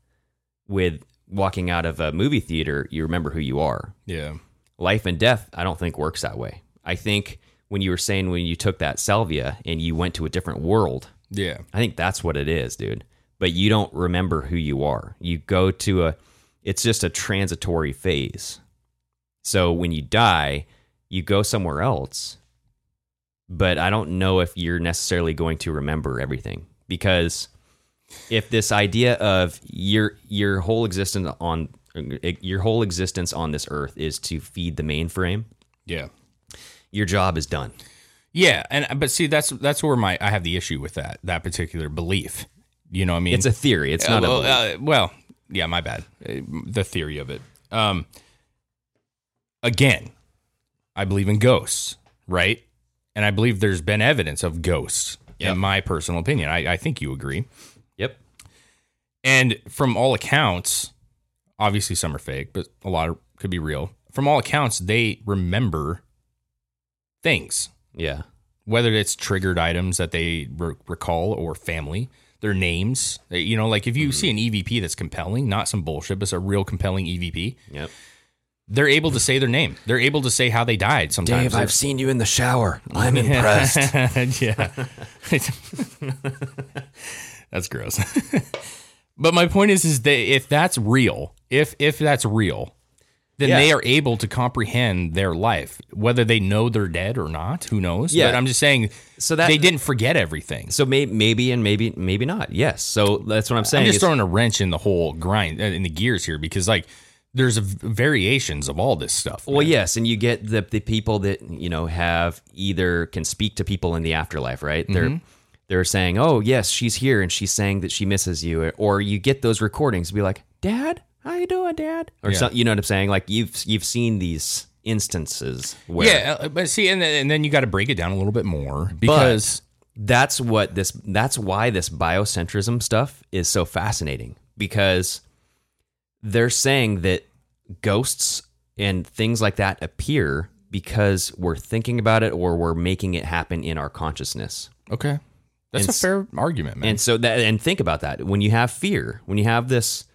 S6: With walking out of a movie theater, you remember who you are.
S5: Yeah.
S6: Life and death, I don't think works that way. I think when you were saying when you took that salvia and you went to a different world,
S5: Yeah.
S6: I think that's what it is, dude. But you don't remember who you are. You go to a, it's just a transitory phase. So when you die, you go somewhere else, but I don't know if you're necessarily going to remember everything because if this idea of your your whole existence on your whole existence on this earth is to feed the mainframe,
S5: Yeah.
S6: your job is done.
S5: Yeah, and but see, that's that's where my I have the issue with that that particular belief. You know, what I mean,
S6: It's a theory. It's
S5: Uh,
S6: not a
S5: well,
S6: belief.
S5: uh, well, yeah, my bad. Uh, The theory of it. Um, again, I believe in ghosts, right? And I believe there's been evidence of ghosts,
S6: Yep.
S5: in my personal opinion. I, I think you agree.
S6: Yep.
S5: And from all accounts, obviously some are fake, but a lot are, could be real. From all accounts, they remember things,
S6: Yeah.
S5: whether it's triggered items that they re- recall or family, their names. They- You know, like if you see an EVP that's compelling, not some bullshit, but it's a real compelling EVP,
S6: Yep.
S5: they're able to say their name. They're able to say how they died sometimes. They're-
S6: seen you in the shower. I'm
S5: yeah. that's gross. but my point is is that if that's real, if if that's real, then
S6: Yeah.
S5: they are able to comprehend their life, whether they know they're dead or not. Who knows?
S6: Yeah.
S5: But I'm just saying.
S6: So that-
S5: they didn't forget everything.
S6: So may, maybe and maybe maybe not. Yes. So that's what I'm saying.
S5: I'm just
S6: is-
S5: throwing a wrench in the whole grind uh, in the gears here because like there's a v- variations of all this stuff.
S6: well,
S5: man.
S6: yes, and you get the the people that you know have either can speak to people in the afterlife, right? They're they're saying, "Oh, yes, she's here," and she's saying that she misses you, or you get those recordings, and be like, "Dad, how you doing, Dad?" Or
S5: Yeah.
S6: some- you know what I'm saying? Like you've you've seen these instances where
S5: yeah, uh, but see, and then, and then you got to break it down a little bit more because
S6: that's what this that's why this biocentrism stuff is so fascinating because they're saying that ghosts and things like that appear because we're thinking about it or we're making it happen in our consciousness.
S5: okay, that's a
S6: And s-
S5: fair argument, man.
S6: And so that and think about that. When you have fear, when you have this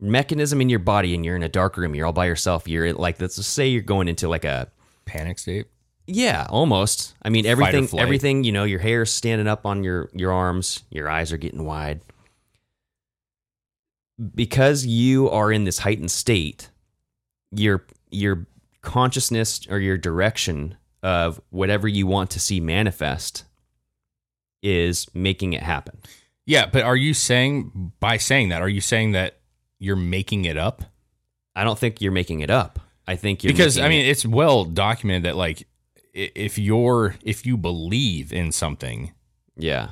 S6: mechanism in your body and you're in a dark room, you're all by yourself, you're like let's just say you're going into like a
S5: Panic state.
S6: Yeah, almost. I mean,
S5: or
S6: everything,
S5: flight.
S6: everything. You know, your hair's standing up on your your arms. Your eyes are getting wide. Because you are in this heightened state, your your consciousness or your direction of whatever you want to see manifest is making it happen.
S5: Yeah, but are you saying by saying that? Are you saying that you're making it up?
S6: I don't think you're making it up. I think you're
S5: because
S6: making
S5: I mean,
S6: it-
S5: it's well documented that like i- if you're if you believe in something,
S6: yeah,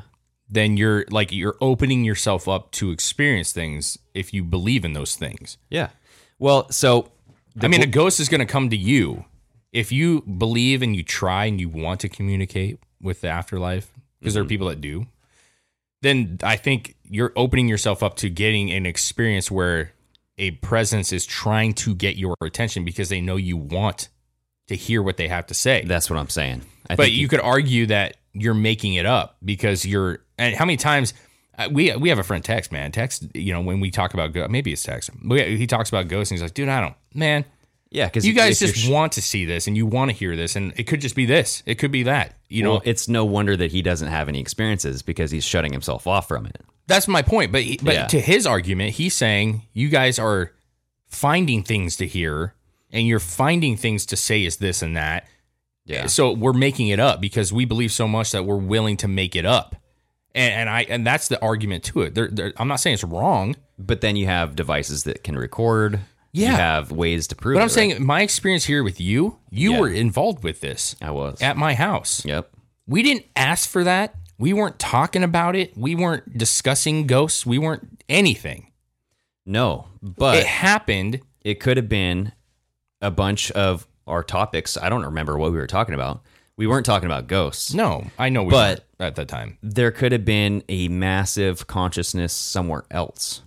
S5: then you're like you're opening yourself up to experience things if you believe in those things.
S6: yeah. Well, so the
S5: I mean,
S6: gl-
S5: a ghost is going to come to you if you believe and you try and you want to communicate with the afterlife, because
S6: Mm-hmm.
S5: there are people that do. Then I think you're opening yourself up to getting an experience where a presence is trying to get your attention because they know you want to hear what they have to say.
S6: that's what I'm saying. I
S5: but
S6: think
S5: you could argue that you're making it up because you're. And how many times uh, we we have a friend text man text you know when we talk about go- maybe it's text we, he talks about ghosts and he's like dude I don't man
S6: yeah, because
S5: you guys just want to see this and you want to hear this and it could just be this it could be that you know
S6: well, it's no wonder that he doesn't have any experiences because he's shutting himself off from it.
S5: that's my point but but
S6: Yeah.
S5: to his argument he's saying you guys are finding things to hear and you're finding things to say is this and that
S6: Yeah.
S5: so we're making it up because we believe so much that we're willing to make it up and, and i and that's the argument to it there, there, i'm not saying it's wrong
S6: But then you have devices that can record. You
S5: Yeah.
S6: have ways to prove
S5: but
S6: it,
S5: i'm
S6: right?
S5: saying my experience here with you you
S6: Yeah.
S5: were involved with this
S6: I was.
S5: at my house
S6: Yep.
S5: we didn't ask for that. We weren't talking about it. We weren't discussing ghosts. We weren't anything.
S6: No, but
S5: it happened.
S6: it could have been a bunch of our topics. I don't remember what we were talking about. We weren't talking about ghosts.
S5: No, I know we
S6: But-
S5: were at that time.
S6: There could have been a massive consciousness somewhere else.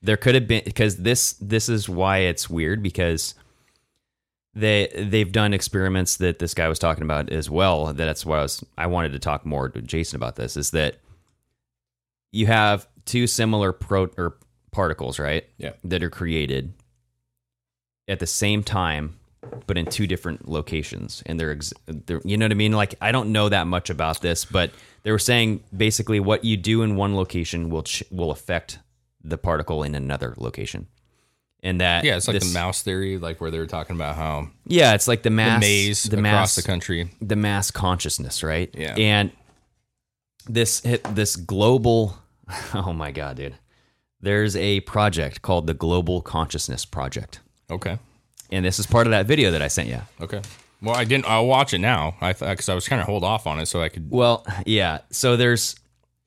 S6: There could have been because this this is why it's weird because they they've done experiments that this guy was talking about as well. That's why I was I wanted to talk more to Jason about this. Is that you have two similar pro or particles, right?
S5: Yeah.
S6: That are created at the same time, but in two different locations, and they're, ex- they're you know what I mean. Like I don't know that much about this, but they were saying basically what you do in one location will ch- will affect the particle in another location and that
S5: Yeah, it's like
S6: this-
S5: the mouse theory, like where they were talking about how
S6: Yeah, it's like the mass
S5: the maze
S6: the
S5: across
S6: mass
S5: the country.
S6: the mass consciousness, right?
S5: Yeah.
S6: And this hit this global oh my god, dude. There's a project called the Global Consciousness Project.
S5: Okay.
S6: And this is part of that video that I sent you.
S5: Okay. Well, I didn't. I'll watch it now. I because I was kind of hold off on it so I could.
S6: Well, yeah. So there's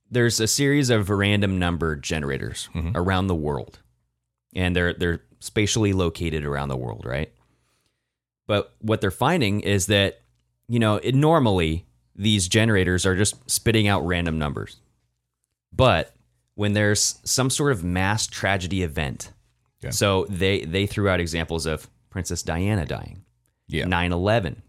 S6: there's a series of random number generators around the world. And they're they're spatially located around the world, right? But what they're finding is that, you know, it, normally these generators are just spitting out random numbers. But when there's some sort of mass tragedy event,
S5: Yeah.
S6: so they they threw out examples of Princess Diana dying,
S5: Yeah.
S6: 9/11,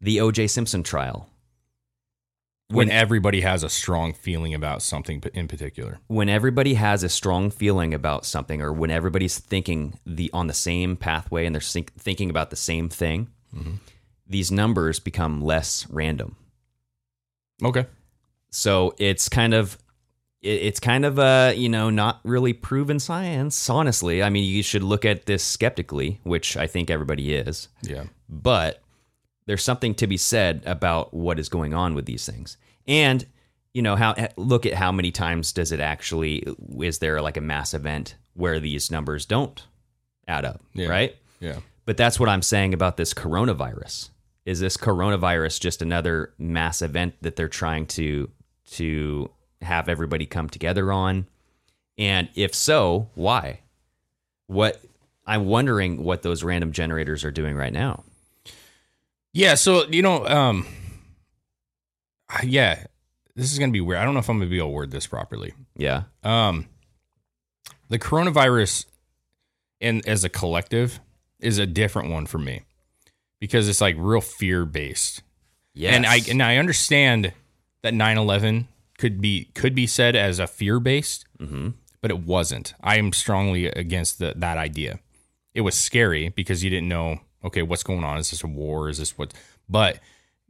S6: the O.J. Simpson trial, e-,
S5: when everybody has a strong feeling about something in particular.
S6: when everybody has a strong feeling about something or when everybody's thinking the on the same pathway and they're think, thinking about the same thing
S5: Mm-hmm.
S6: these numbers become less random
S5: Okay.
S6: so it's kind of it- it's kind of uh you know not really proven science honestly i mean you should look at this skeptically which i think everybody is
S5: Yeah.
S6: but there's something to be said about what is going on with these things and you know how look at how many times does it actually is there like a mass event where these numbers don't add up
S5: Yeah.
S6: right
S5: Yeah.
S6: but that's what i'm saying about this coronavirus is this coronavirus just another mass event that they're trying to to have everybody come together on and if so why what i'm wondering what those random generators are doing right now
S5: Yeah. So you know, um, yeah, this is gonna be weird. I don't know if I'm gonna be able to word this properly.
S6: yeah
S5: Um, the coronavirus, and as a collective, is a different one for me because it's like real fear based.
S6: Yes.
S5: And I and I understand that 9/11 could be could be said as a fear based,
S6: Mm-hmm.
S5: but it wasn't. I am strongly against the, that idea. It was scary because you didn't know. Okay, what's going on? Is this a war? Is this what? But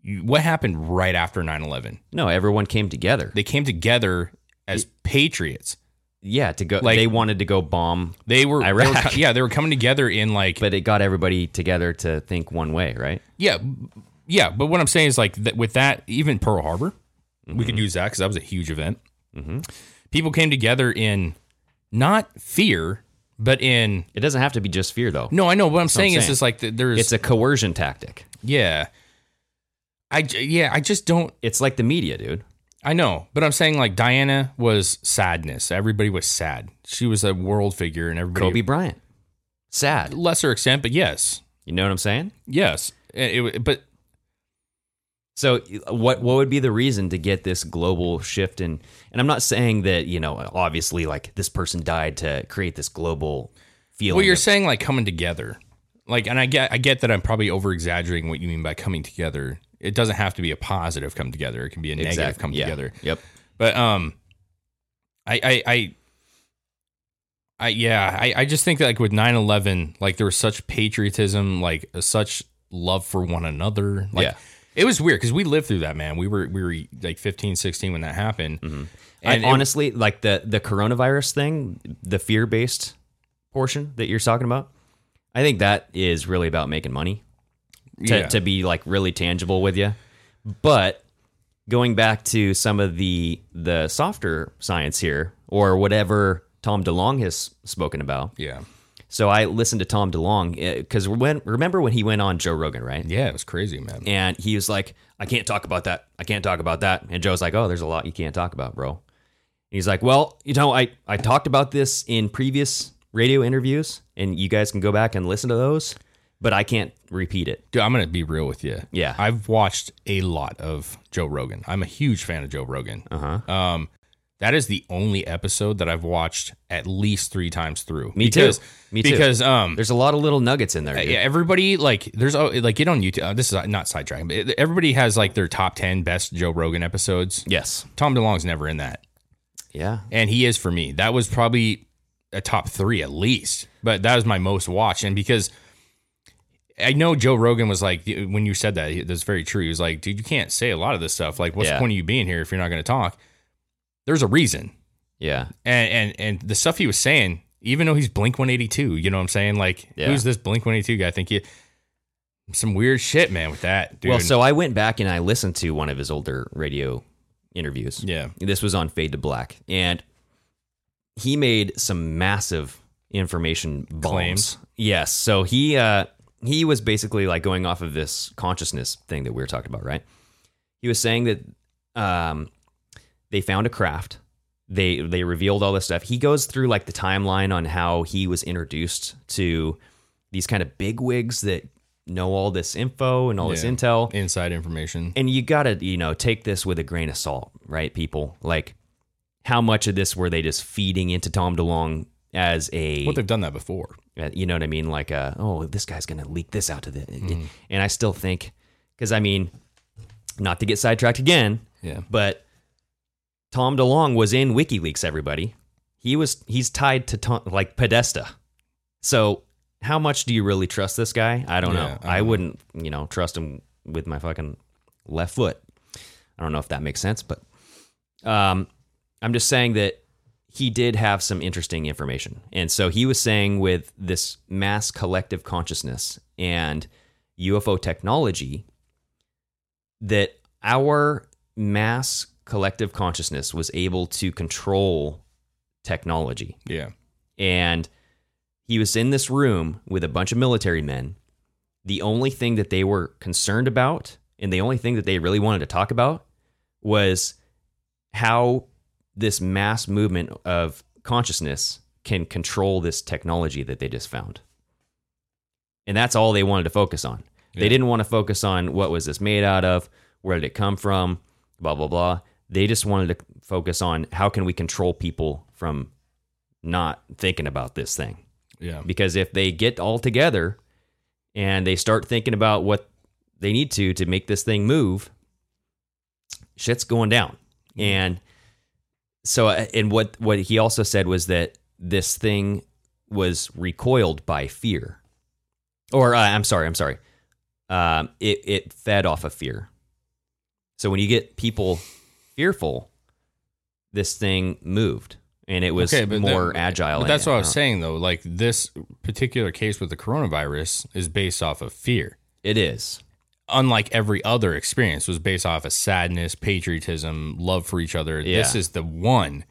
S5: you, what happened right after 9/11?
S6: no, everyone came together.
S5: They came together as patriots.
S6: yeah, to go.
S5: Like-
S6: they wanted to go bomb,
S5: They were, they were
S6: Iraq.
S5: co- yeah, they were coming together in like
S6: but it got everybody together to think one way, right?
S5: Yeah, b- yeah. But what I'm saying is like that with that, even Pearl Harbor, we
S6: Mm-hmm.
S5: could use that because that was a huge event. Mm-hmm. People came together in not fear, but in
S6: It doesn't have to be just fear, though.
S5: no. I know what I'm
S6: what I'm
S5: saying, is
S6: saying.
S5: is like th- there's
S6: it's a coercion tactic.
S5: yeah. I j- yeah I just don't
S6: It's like the media, dude.
S5: I know but I'm saying like Diana was sadness everybody was sad she was a world figure and everybody
S6: Kobe Bryant, sad.
S5: lesser extent but yes
S6: You know what I'm saying?
S5: yes it, it, but
S6: So, what what would be the reason to get this global shift in? And I'm not saying that you know, obviously, like this person died to create this global feeling.
S5: Well, you're
S6: of-
S5: saying like coming together, like, and I get, I get that I'm probably over exaggerating what you mean by coming together. It doesn't have to be a positive come together. It can be a negative
S6: Exact-
S5: come
S6: yeah.
S5: together.
S6: Yep.
S5: But um, I, I, I, I yeah, I, I just think that like with 9-11, like there was such patriotism, like uh, such love for one another. Like,
S6: Yeah.
S5: It was weird because we lived through that, man. We were we were like 15, 16 when that happened.
S6: I,
S5: it-
S6: honestly, like the the coronavirus thing, the fear based portion that you're talking about, I think that is really about making money. To,
S5: Yeah.
S6: to be like really tangible with you, but going back to some of the the softer science here, or whatever Tom DeLong has spoken about.
S5: yeah,
S6: So I listened to Tom DeLong because when remember when he went on Joe Rogan, right?
S5: yeah, it was crazy, man.
S6: and he was like, I can't talk about that. I can't talk about that. And Joe's like, Oh, there's a lot you can't talk about, bro. And he's like, Well, you know, I, I talked about this in previous radio interviews, and you guys can go back and listen to those, but I can't repeat it.
S5: Dude, I'm gonna be real with you.
S6: Yeah.
S5: I've watched a lot of Joe Rogan. I'm a huge fan of Joe Rogan. Uh
S6: Uh-huh.
S5: huh. Um, that is the only episode that I've watched at least three times through.
S6: Me too.
S5: because,
S6: Me too.
S5: Because um,
S6: There's a lot of little nuggets in there. dude.
S5: yeah, everybody like there's oh, like get on YouTube. Uh, this is uh, not sidetracking, but it- everybody has like their top ten best Joe Rogan episodes.
S6: Yes.
S5: Tom DeLong's never in that,
S6: Yeah.
S5: and he is for me. That was probably a top three at least, but that was my most watched, and because. I know Joe Rogan was like when you said that he- that's very true. He was like, "Dude, you can't say a lot of this stuff. Like, what's
S6: Yeah.
S5: the point of you being here if you're not going to talk?" There's a reason,
S6: Yeah.
S5: and and and the stuff he was saying, even though he's Blink 182, you know what I'm saying? Like,
S6: Yeah.
S5: who's this Blink 182 guy? I think he, some weird shit, man, with that, dude.
S6: Well, so I went back and I listened to one of his older radio interviews.
S5: Yeah.
S6: This was on Fade to Black. And he made some massive information bombs.
S5: Claims.
S6: Yes. So he uh he was basically like going off of this consciousness thing that we were talking about, right? He was saying that um they found a craft. They they revealed all this stuff. He goes through like the timeline on how he was introduced to these kind of big wigs that know all this info and all this
S5: Yeah.
S6: intel
S5: inside information.
S6: and you gotta you know take this with a grain of salt right people like how much of this were they just feeding into tom delong as a
S5: Well, they've done that before.
S6: uh, you know what i mean like uh oh this guy's gonna leak this out to the and i still think because i mean not to get sidetracked again
S5: Yeah.
S6: but tom delong was in wikileaks everybody he was he's tied to tom, like podesta so how much do you really trust this guy i don't
S5: Yeah,
S6: know
S5: I don't
S6: i
S5: know.
S6: wouldn't you know trust him with my fucking left foot i don't know if that makes sense but um i'm just saying that he did have some interesting information and so he was saying with this mass collective consciousness and ufo technology that our mass collective consciousness was able to control technology
S5: Yeah.
S6: and he was in this room with a bunch of military men. The only thing that they were concerned about and the only thing that they really wanted to talk about was how this mass movement of consciousness can control this technology that they just found. And that's all they wanted to focus on. They
S5: Yeah.
S6: didn't want to focus on what was this made out of, where did it come from, blah blah blah. They just wanted to focus on how can we control people from not thinking about this thing
S5: Yeah.
S6: because if they get all together and they start thinking about what they need to to make this thing move shit's going down
S5: Mm-hmm.
S6: and so uh, and what what he also said was that this thing was recoiled by fear or uh, i'm sorry i'm sorry um, it, it fed off of fear so when you get people fearful this thing moved and it was
S5: but
S6: more
S5: that-
S6: agile
S5: But
S6: and-
S5: that's what I
S6: uh,
S5: was saying though. Like this particular case with the coronavirus is based off of fear.
S6: it is
S5: Unlike every other experience, was based off of sadness, patriotism, love for each other. This
S6: Yeah.
S5: is the one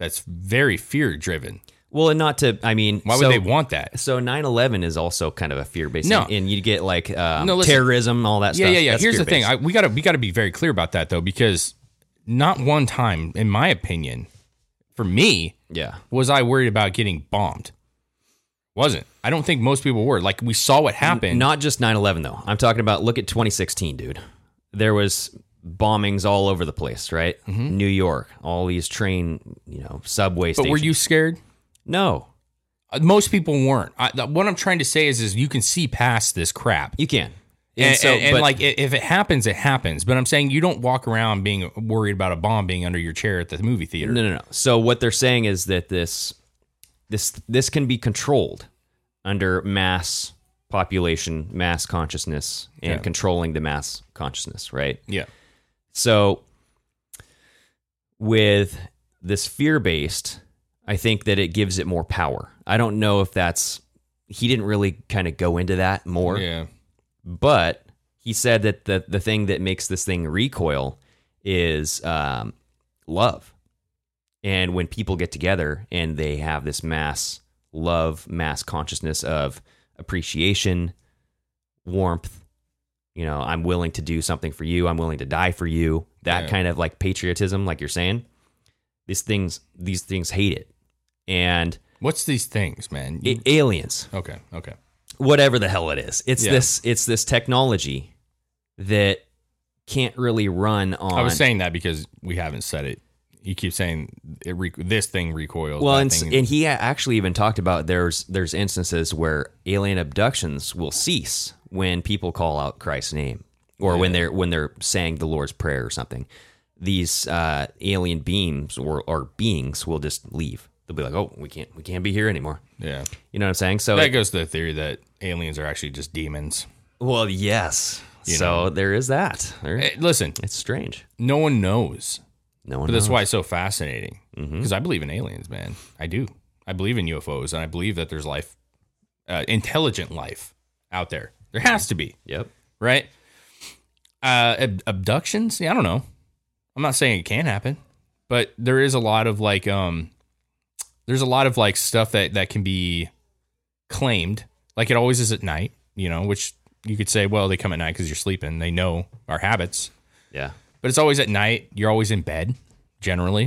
S5: that's very fear driven.
S6: Well, and not to, I mean,
S5: Why
S6: so-
S5: would they want that?
S6: So 9-11 is also kind of a fear based.
S5: No.
S6: and, and you get like um,
S5: No, listen.
S6: terrorism, all that
S5: Yeah,
S6: stuff.
S5: yeah, yeah.
S6: That's
S5: Here's the thing.
S6: fear-based.
S5: I, we gotta we gotta be very clear about that though, because not one time, in my opinion, for me,
S6: yeah,
S5: was I worried about getting bombed. Wasn't. I don't think most people were. Like we saw what happened.
S6: not just 9-11 though. I'm talking about look at 2016, dude. There was bombings all over the place, right? New York, all these train, you know, subway
S5: Mm-hmm. but
S6: stations.
S5: were you scared?
S6: No,
S5: Uh, Most people weren't. I, th- what I'm trying to say is, is you can see past this crap.
S6: you can.
S5: and,
S6: so,
S5: and- and,
S6: but-
S5: like, i- if it happens, it happens. But I'm saying you don't walk around being worried about a bomb being under your chair at the movie theater.
S6: No, no, no. So what they're saying is that this this this can be controlled under mass population, mass consciousness, and
S5: Yeah.
S6: controlling the mass consciousness, right?
S5: Yeah,
S6: So with this fear based, I think that it gives it more power. I don't know if that's he didn't really kind of go into that more
S5: yeah,
S6: but he said that the, the thing that makes this thing recoil is um, love. And when people get together and they have this mass love, mass consciousness of appreciation, warmth, you know, I'm willing to do something for you, I'm willing to die for you, that
S5: Yeah.
S6: kind of like patriotism, like you're saying, these things, these things hate it. And
S5: What's these things, man? You-
S6: it, aliens,
S5: okay, okay.
S6: whatever the hell it is. It's
S5: Yeah.
S6: this it's this technology that can't really run on.
S5: I was saying that because we haven't said it. You keep saying it. Re- this thing recoils.
S6: well,
S5: that
S6: and, s-
S5: thing-
S6: and he a- actually even talked about there's there's instances where alien abductions will cease when people call out Christ's name or when they're when they're saying the Lord's prayer or something. These uh, alien beams or, or beings will just leave. They'll be like, "Oh, we can't we can't be here anymore."
S5: yeah,
S6: You know what I'm saying? So
S5: that
S6: it-
S5: goes to the theory that aliens are actually just demons.
S6: well, yes.
S5: You
S6: So
S5: know.
S6: there is that. There-
S5: Eh, Listen,
S6: It's strange.
S5: no one knows.
S6: No one.
S5: But that's
S6: knows.
S5: why it's so fascinating because I believe in aliens, man. I do. I believe in UFOs and I believe that there's life, uh, intelligent life out there. There has to be,
S6: Yep.
S5: right? Uh, ab- abductions? Yeah, I don't know. I'm not saying it can happen, but there is a lot of like, um, there's a lot of like stuff that that can be claimed. Like it always is at night, you know, which you could say, well, they come at night because you're sleeping. They know our habits,
S6: Yeah.
S5: but it's always at night. You're always in bed, generally.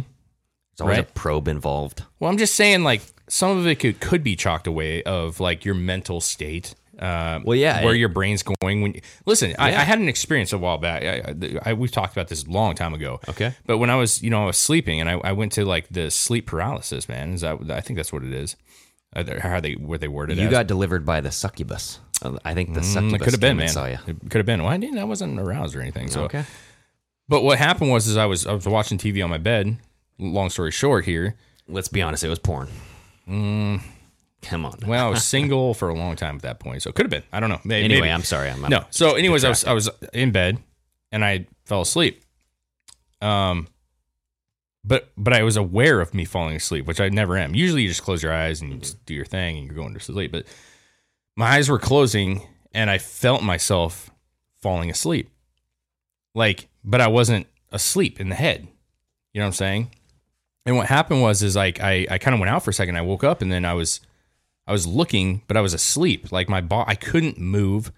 S6: There's always
S5: Right.
S6: a probe involved.
S5: Well, I'm just saying, like some of it could, could be chalked away of like your mental state. Uh,
S6: Well, yeah,
S5: where
S6: it-
S5: your brain's going when. You, listen, I,
S6: Yeah.
S5: I had an experience a while back. I, I, I, we've talked about this a long time ago.
S6: Okay.
S5: but when I was, you know, I was sleeping and I, I went to like the sleep paralysis. Man, is that I think that's what it is. Uh, there- How they where they worded
S6: You
S5: as.
S6: got delivered by the succubus. Uh, I think the
S5: Mm,
S6: succubus
S5: it could have been,
S6: came
S5: man.
S6: and Saw you.
S5: It could have been. Well, I didn't. I wasn't aroused or anything. So
S6: Okay.
S5: But what happened was, is I was I was watching TV on my bed. Long story short, here.
S6: Let's be honest. It was porn. Come on.
S5: Mm. Well, I was single for a long time at that point, so it could have been. I don't know. May- Maybe,
S6: anyway, I'm sorry. I'm, I'm
S5: no. So, anyways, I was I was in bed and I fell asleep. Um, but but I was aware of me falling asleep, which I never am. Usually, you just close your eyes and you just do your thing and you're going to sleep. But my eyes were closing and I felt myself falling asleep. Like, but I wasn't asleep in the head. You know what I'm saying? And what happened was is like I I kind of went out for a second. I woke up and then I was I was looking, but I was asleep. Like my body, I couldn't move.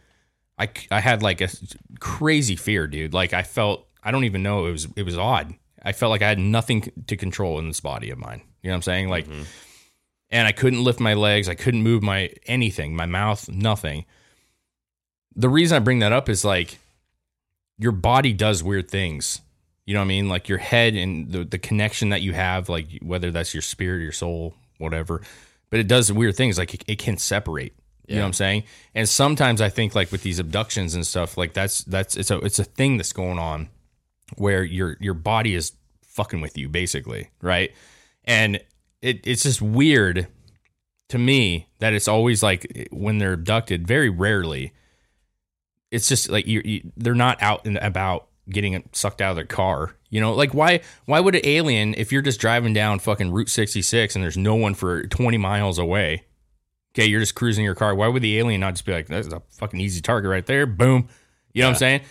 S5: I, c- I had like a s- crazy fear, dude. Like I felt I don't even know it was it was odd. I felt like I had nothing c- to control in this body of mine. You know what I'm saying? Like, and I couldn't lift my legs. I couldn't move my anything. My mouth, nothing. The reason I bring that up is like your body does weird things. You know what I mean? Like your head and the, the connection that you have, like whether that's your spirit, your soul, whatever, but it does weird things. Like it, it can separate. You know what I'm saying? And sometimes I think like with these abductions and stuff, like that's that's it's a it's a thing that's going on where your your body is fucking with you basically, right? And it it's just weird to me that it's always like when they're abducted, very rarely it's just like you, you they're not out and about getting sucked out of their car you know like why why would an alien if you're just driving down fucking route 66 and there's no one for 20 miles away okay you're just cruising your car why would the alien not just be like that's a fucking easy target right there boom you know what i'm saying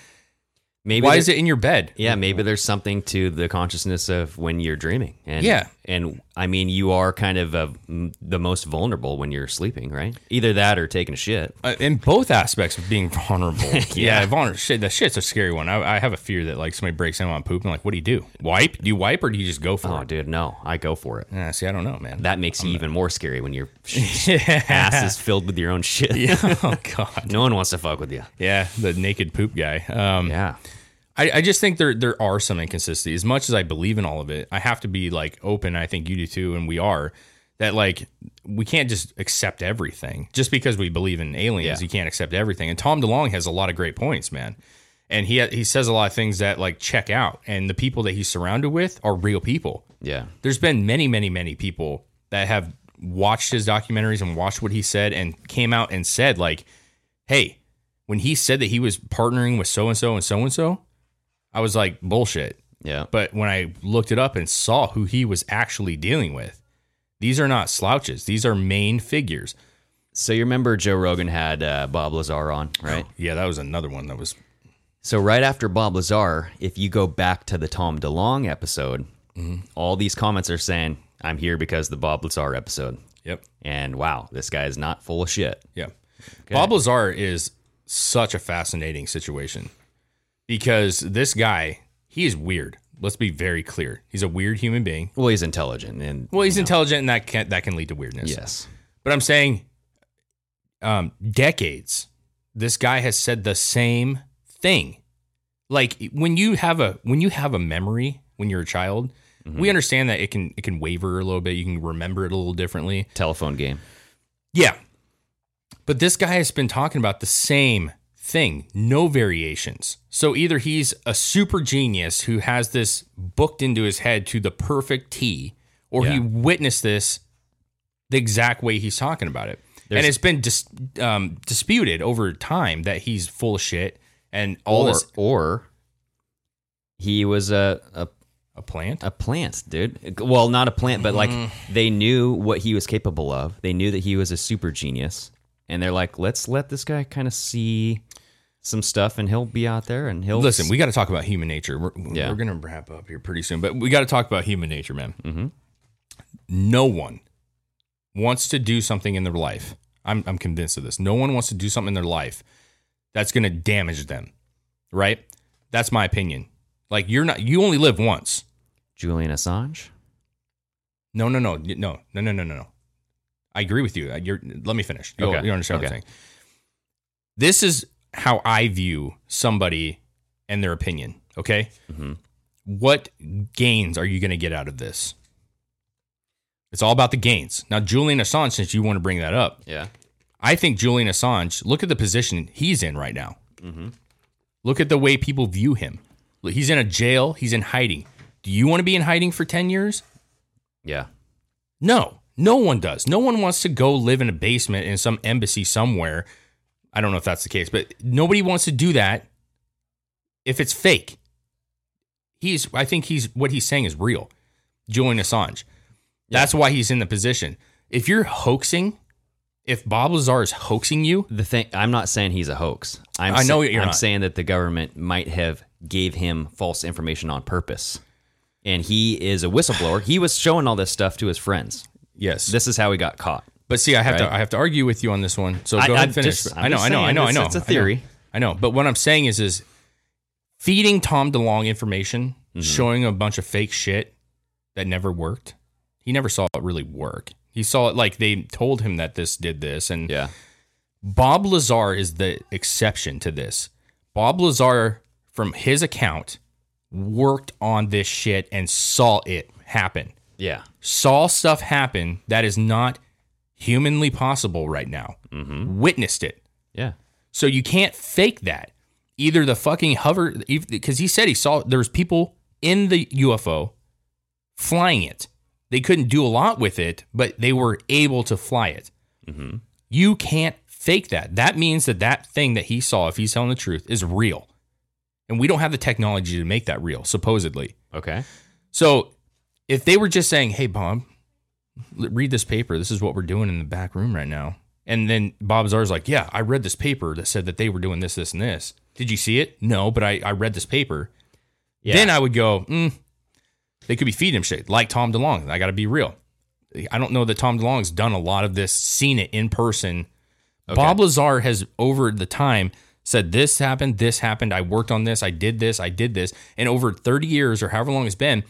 S6: Maybe
S5: why
S6: there-
S5: is it in your bed
S6: Yeah, maybe there's something to the consciousness of when you're dreaming. And,
S5: Yeah.
S6: And I mean, you are kind of uh, m the most vulnerable when you're sleeping, right? Either that or taking a shit.
S5: Uh, in both aspects of being vulnerable yeah, vulnerable shit that shit's a scary one I, I have a fear that like somebody breaks in on poop and like what do you do wipe do you wipe or do you just go for
S6: Oh,
S5: it
S6: dude, no, I go for it.
S5: Yeah, see i don't know man
S6: That makes you even more scary when your sh- ass is filled with your own shit.
S5: oh god
S6: no one wants to fuck with you.
S5: Yeah, the naked poop guy. Um,
S6: Yeah.
S5: I, I just think there there are some inconsistencies. As much as I believe in all of it, I have to be like open. I think you do too, and we are. That like we can't just accept everything just because we believe in aliens.
S6: Yeah.
S5: You can't accept everything. And Tom DeLong has a lot of great points, man. And he he says a lot of things that like check out. And the people that he's surrounded with are real people
S6: Yeah.
S5: there's been many, many, many people that have watched his documentaries and watched what he said and came out and said, like, hey, when he said that he was partnering with so and so and so and so, I was like, bullshit.
S6: Yeah.
S5: But when I looked it up and saw who he was actually dealing with, these are not slouches. These are main figures.
S6: So you remember Joe Rogan had uh, Bob Lazar on,
S5: Oh.
S6: right?
S5: Yeah, that was another one that was.
S6: So right after Bob Lazar, if you go back to the Tom DeLong episode,
S5: Mm-hmm.
S6: all these comments are saying, "I'm here because the Bob Lazar episode."
S5: Yep.
S6: And wow, this guy is not full of shit.
S5: Yeah. Bob Lazar is such a fascinating situation because this guy, he is weird. Let's be very clear. He's a weird human being.
S6: Well, he's intelligent and
S5: Well, he's intelligent and that can that can lead to weirdness.
S6: yes,
S5: But I'm saying um decades this guy has said the same thing. Like when you have a when you have a memory when you're a child, we understand that it can it can waver a little bit. You can remember it a little differently.
S6: telephone game.
S5: Yeah. But this guy has been talking about the same thing, no variations. So either he's a super genius who has this booked into his head to the perfect T, or he
S6: Yeah.
S5: witnessed this the exact way he's talking about it. and
S6: There's-
S5: it's been dis- um, disputed over time that he's full of shit and all
S6: or,
S5: this
S6: or he was a, a
S5: A plant?
S6: A plant, dude. Well, not a plant, but like
S5: Mm.
S6: they knew what he was capable of. They knew that he was a super genius, and they're like, let's let this guy kind of see some stuff, and he'll be out there, and he'll
S5: Listen, we got to talk about human nature. We're,
S6: Yeah.
S5: we're going to wrap up here pretty soon, but we got to talk about human nature, man. Mm-hmm. No one wants to do something in their life. I'm, I'm convinced of this. No one wants to do something in their life that's going to damage them, right? That's my opinion. Like, you're not, you only live once.
S6: Julian Assange.
S5: No, no, no, y- no, no, no, no, no. no. I agree with you. Uh, You're, let me finish. You'll,
S6: Okay.
S5: you understand what
S6: Okay.
S5: I'm saying. This is how I view somebody and their opinion. Okay.
S6: Mm-hmm.
S5: What gains are you going to get out of this? It's all about the gains. Now, Julian Assange, since you want to bring that up,
S6: Yeah.
S5: I think Julian Assange, look at the position he's in right now.
S6: Mm-hmm.
S5: Look at the way people view him. Look, He's in a jail, he's in hiding. Do you want to be in hiding for 10 years?
S6: Yeah.
S5: No, no one does. No one wants to go live in a basement in some embassy somewhere. I don't know if that's the case, but nobody wants to do that if it's fake. He's, I think he's, what he's saying is real. Julian Assange. That's why he's in the position. If you're hoaxing, if Bob Lazar is hoaxing you,
S6: The thing I'm not saying he's a hoax. I'm
S5: I know
S6: sa-
S5: you're
S6: I'm
S5: not.
S6: saying that the government might have gave him false information on purpose. And he is a whistleblower. He was showing all this stuff to his friends.
S5: yes.
S6: This is how he got caught.
S5: But see, I have to
S6: Right?
S5: I have to argue with you on this one. So go
S6: I-
S5: ahead
S6: I'm
S5: and finish.
S6: just-
S5: I
S6: I'm
S5: know,
S6: just
S5: I know, I
S6: saying,
S5: know, I
S6: it's-
S5: know.
S6: it's a
S5: I know.
S6: theory.
S5: I know, but what I'm saying is is feeding Tom DeLong information,
S6: Mm-hmm.
S5: showing a bunch of fake shit that never worked. He never saw it really work. He saw it like they told him that this did this and
S6: Yeah.
S5: Bob Lazar is the exception to this. Bob Lazar, from his account, worked on this shit and saw it happen
S6: Yeah.
S5: saw stuff happen that is not humanly possible right now. Witnessed it.
S6: Yeah.
S5: So you can't fake that. Either the fucking hover because he said he saw there's people in the UFO flying it. They couldn't do a lot with it, but they were able to fly it. You can't fake that. That means that that thing that he saw, if he's telling the truth, is real. And we don't have the technology to make that real, supposedly.
S6: Okay.
S5: So if they were just saying, "Hey, Bob, l- read this paper. This is what we're doing in the back room right now," and then Bob Zar's like, "Yeah, I read this paper that said that they were doing this, this, and this. Did you see it? No, but I, I read this paper."
S6: Yeah.
S5: Then I would go, mm, "They could be feeding him shit, like Tom DeLong." I got to be real. I don't know that Tom DeLong's done a lot of this, seen it in person. Bob Lazar has over the time said this happened, this happened, I worked on this, I did this, I did this, and over 30 years or however long it's been,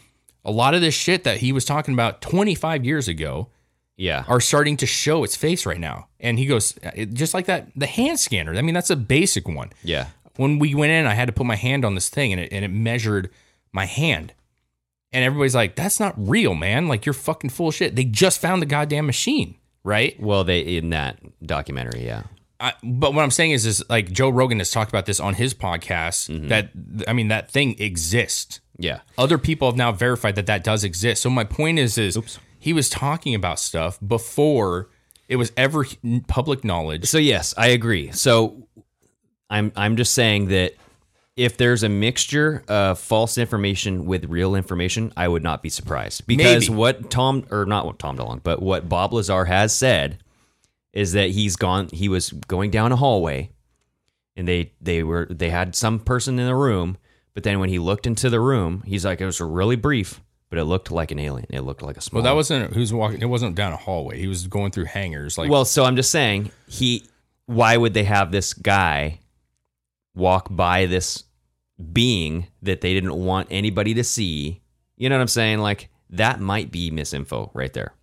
S5: a lot of this shit that he was talking about 25 years ago
S6: Yeah.
S5: are starting to show its face right now. And he goes uh, it- just like that the hand scanner. I mean, that's a basic one.
S6: yeah.
S5: When we went in, I had to put my hand on this thing and it and it measured my hand. And everybody's like, "That's not real, man. Like you're fucking full of shit." They just found the goddamn machine, right?
S6: Well, they in that documentary, yeah.
S5: I, but what I'm saying is, is like Joe Rogan has talked about this on his podcast. That I mean, that thing exists.
S6: Yeah.
S5: Other people have now verified that that does exist. So my point is, is he was talking about stuff before it was ever h- public knowledge.
S6: So yes, I agree. So I'm I'm just saying that if there's a mixture of false information with real information, I would not be surprised because
S5: Maybe.
S6: what Tom or not what Tom DeLong, but what Bob Lazar has said is that he's gone. He was going down a hallway, and they they were they had some person in the room, but then when he looked into the room, he's like it was really brief, but it looked like an alien. It looked like a small.
S5: well, that wasn't who's walking. It wasn't down a hallway. He was going through hangers. Like,
S6: well, so I'm just saying he. Why would they have this guy walk by this being that they didn't want anybody to see? You know what I'm saying? Like that might be misinfo right there.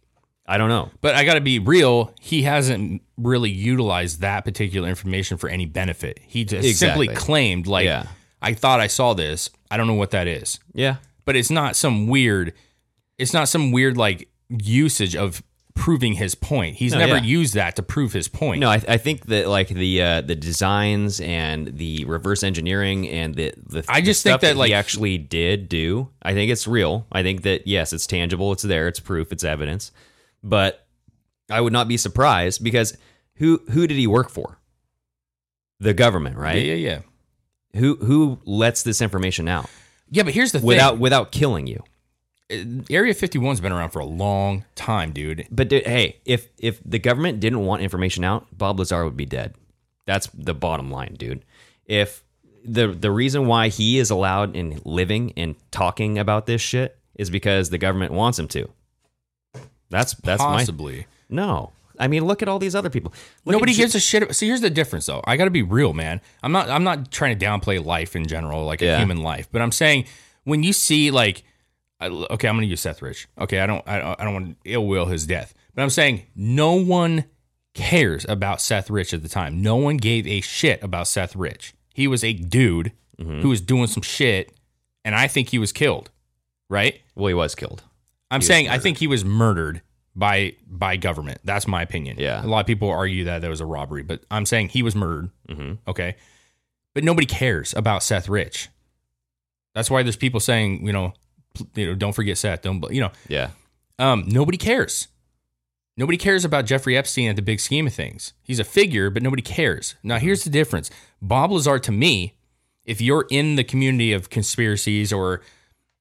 S6: I don't know.
S5: but I got to be real. He hasn't really utilized that particular information for any benefit. He just
S6: Exactly.
S5: simply claimed, like,
S6: Yeah.
S5: I thought I saw this. I don't know what that is.
S6: Yeah.
S5: but it's not some weird it's not some weird like usage of proving his point he's
S6: No,
S5: never
S6: yeah.
S5: used that to prove his point
S6: No, I, I think that like the uh, the designs and the reverse engineering and the the
S5: I
S6: the
S5: just think
S6: stuff
S5: that, like-
S6: he actually did do. I think it's real. I think that yes, it's tangible. It's there. It's proof. It's evidence. But I would not be surprised because who who did he work for? The government, right?
S5: yeah yeah yeah
S6: Who who lets this information out
S5: yeah but here's the
S6: without
S5: thing Uh,
S6: without killing you?
S5: Area 51's been around for a long time, dude.
S6: But dude, hey, if if the government didn't want information out, Bob Lazar would be dead. That's the bottom line, dude. If the the reason why he is allowed in living and talking about this shit is because the government wants him to. That's that's
S5: Possibly.
S6: my no. I mean, look at all these other people. Look
S5: Nobody
S6: at Ju-
S5: gives a shit. See, here's the difference, though. I got to be real, man. I'm not. I'm not trying to downplay life in general, like
S6: Yeah.
S5: a human life. But I'm saying when you see, like, I, okay, I'm going to use Seth Rich. Okay, I don't. I, don't- I don't want to ill will his death. But I'm saying no one cares about Seth Rich at the time. No one gave a shit about Seth Rich. He was a dude
S6: Mm-hmm.
S5: who was doing some shit, and I think he was killed. Right.
S6: Well, he was killed.
S5: I'm saying I think he was murdered by by government. That's my opinion.
S6: Yeah.
S5: A lot of people argue that there was a robbery, but I'm saying he was murdered.
S6: Mm-hmm.
S5: Okay. But nobody cares about Seth Rich. That's why there's people saying, you know, pl- you know, don't forget Seth. Don't bl- you know,
S6: Yeah.
S5: um, nobody cares. Nobody cares about Jeffrey Epstein at the big scheme of things. He's a figure, but nobody cares. Now, here's the difference Bob Lazar, to me, if you're in the community of conspiracies or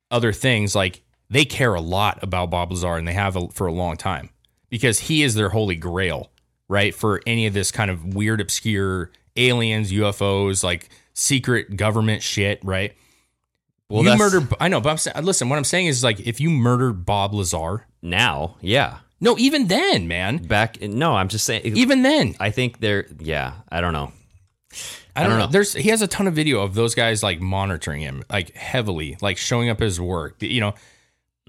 S5: other things, like they care a lot about Bob Lazar and they have a, for a long time because he is their holy grail, right? For any of this kind of weird, obscure aliens, UFOs, like secret government shit, right?
S6: Well,
S5: you
S6: that's-
S5: murder. I know, but I'm saying, listen, what I'm saying is like if you murdered Bob Lazar,
S6: Now, yeah.
S5: no, even then, man.
S6: Back in, no, I'm just saying.
S5: Even then,
S6: I think they're yeah. I don't know.
S5: I don't,
S6: don't
S5: know.
S6: know.
S5: There's he has a ton of video of those guys like monitoring him, like heavily, like showing up his work. You know,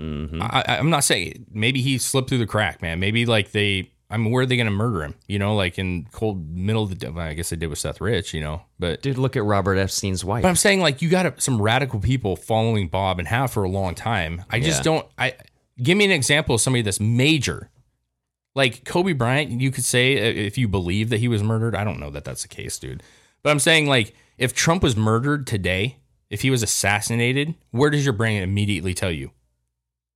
S5: I, I- I'm not saying maybe he slipped through the crack, man. Maybe like they, I mean, where are they going to murder him? You know, like in cold middle of the. day- Well, I guess they did with Seth Rich, you know, but.
S6: Dude, look at Robert Epstein's wife.
S5: But I'm saying like you got some radical people following Bob and have for a long time. I just
S6: Yeah.
S5: don't. I give me an example of somebody that's major, like Kobe Bryant. You could say uh, if you believe that he was murdered. I don't know that that's the case, dude. But I'm saying like if Trump was murdered today, if he was assassinated, where does your brain immediately tell you?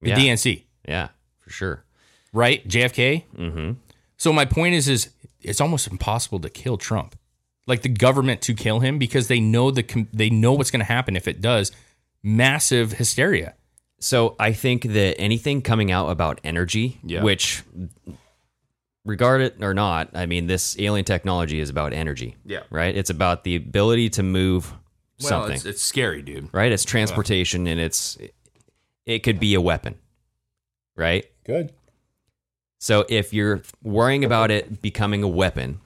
S5: The
S6: Yeah.
S5: DNC,
S6: yeah, for sure.
S5: right? JFK. Mm-hmm. So my point is, is it's almost impossible to kill Trump, like the government to kill him because they know the com- they know what's going to happen if it does. Massive hysteria.
S6: So I think that anything coming out about energy,
S5: Yeah.
S6: which regard it or not, I mean this alien technology is about energy.
S5: Yeah.
S6: Right? It's about the ability to move something.
S5: it's scary, dude.
S6: right? It's transportation and it's it could be a weapon. Right?
S5: Good.
S6: So if you're worrying about it becoming a weapon,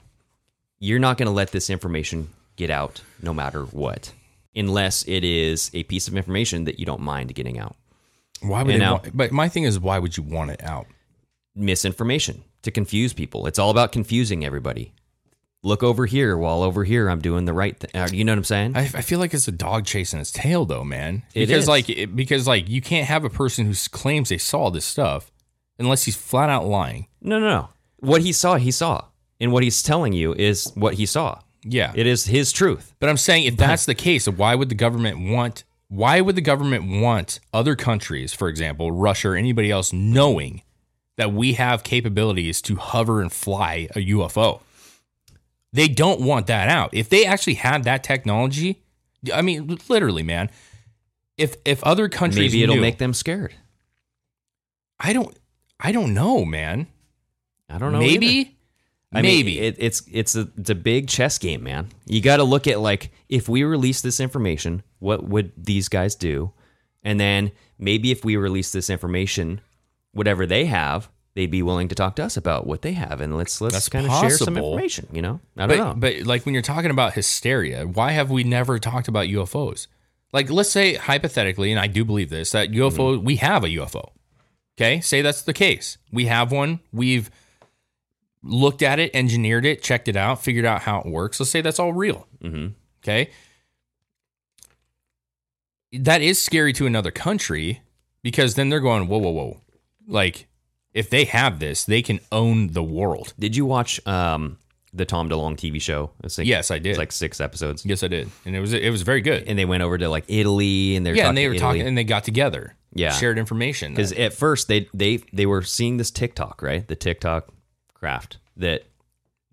S6: you're not going to let this information get out no matter what, unless it is a piece of information that you don't mind getting out.
S5: Why would
S6: You
S5: they
S6: know?
S5: want- But my thing is, why would you want it out?
S6: Misinformation to confuse people. It's all about confusing everybody. Look over here while over here I'm doing the right thing. You know what I'm saying?
S5: I, I feel like it's a dog chasing its tail, though, man.
S6: It
S5: Because
S6: is.
S5: like it, because like you can't have a person who s- claims they saw this stuff unless he's flat out lying.
S6: no, no, no. What he saw, he saw. And what he's telling you is what he saw.
S5: Yeah,
S6: It is his truth.
S5: But I'm saying if that's the case, why would the government want why would the government want other countries, for example, Russia or anybody else knowing that we have capabilities to hover and fly a UFO? They don't want that out. If they actually had that technology, I mean literally, man. If if other countries
S6: Maybe it'll
S5: knew-
S6: make them scared.
S5: I don't I don't know, man.
S6: I don't know.
S5: maybe
S6: either. I mean,
S5: maybe
S6: it, it's it's a it's a big chess game, man. You got to look at like if we release this information, what would these guys do? And then maybe if we release this information, whatever they have, they'd be willing to talk to us about what they have, and let's let's
S5: That's
S6: kind of share some
S5: possible.
S6: information. You know, I
S5: but,
S6: don't know.
S5: But like when you're talking about hysteria, why have we never talked about UFOs? Like let's say hypothetically, and I do believe this that UFO we have a UFO. Okay, say that's the case. We have one. We've looked at it, engineered it, checked it out, figured out how it works. Let's say that's all real.
S6: Mhm.
S5: Okay, that is scary to another country because then they're going whoa whoa whoa, like if they have this, they can own the world.
S6: did you watch um the Tom DeLong TV show? It's like-
S5: Yes, I did.
S6: It's like six episodes,
S5: Yes, I did, and it was it was very good.
S6: and they went over to like Italy, and they're
S5: yeah, and they were
S6: Italy.
S5: talking, and they got together.
S6: Yeah.
S5: shared information.
S6: because at first they they they were seeing this TikTok right, the TikTok craft that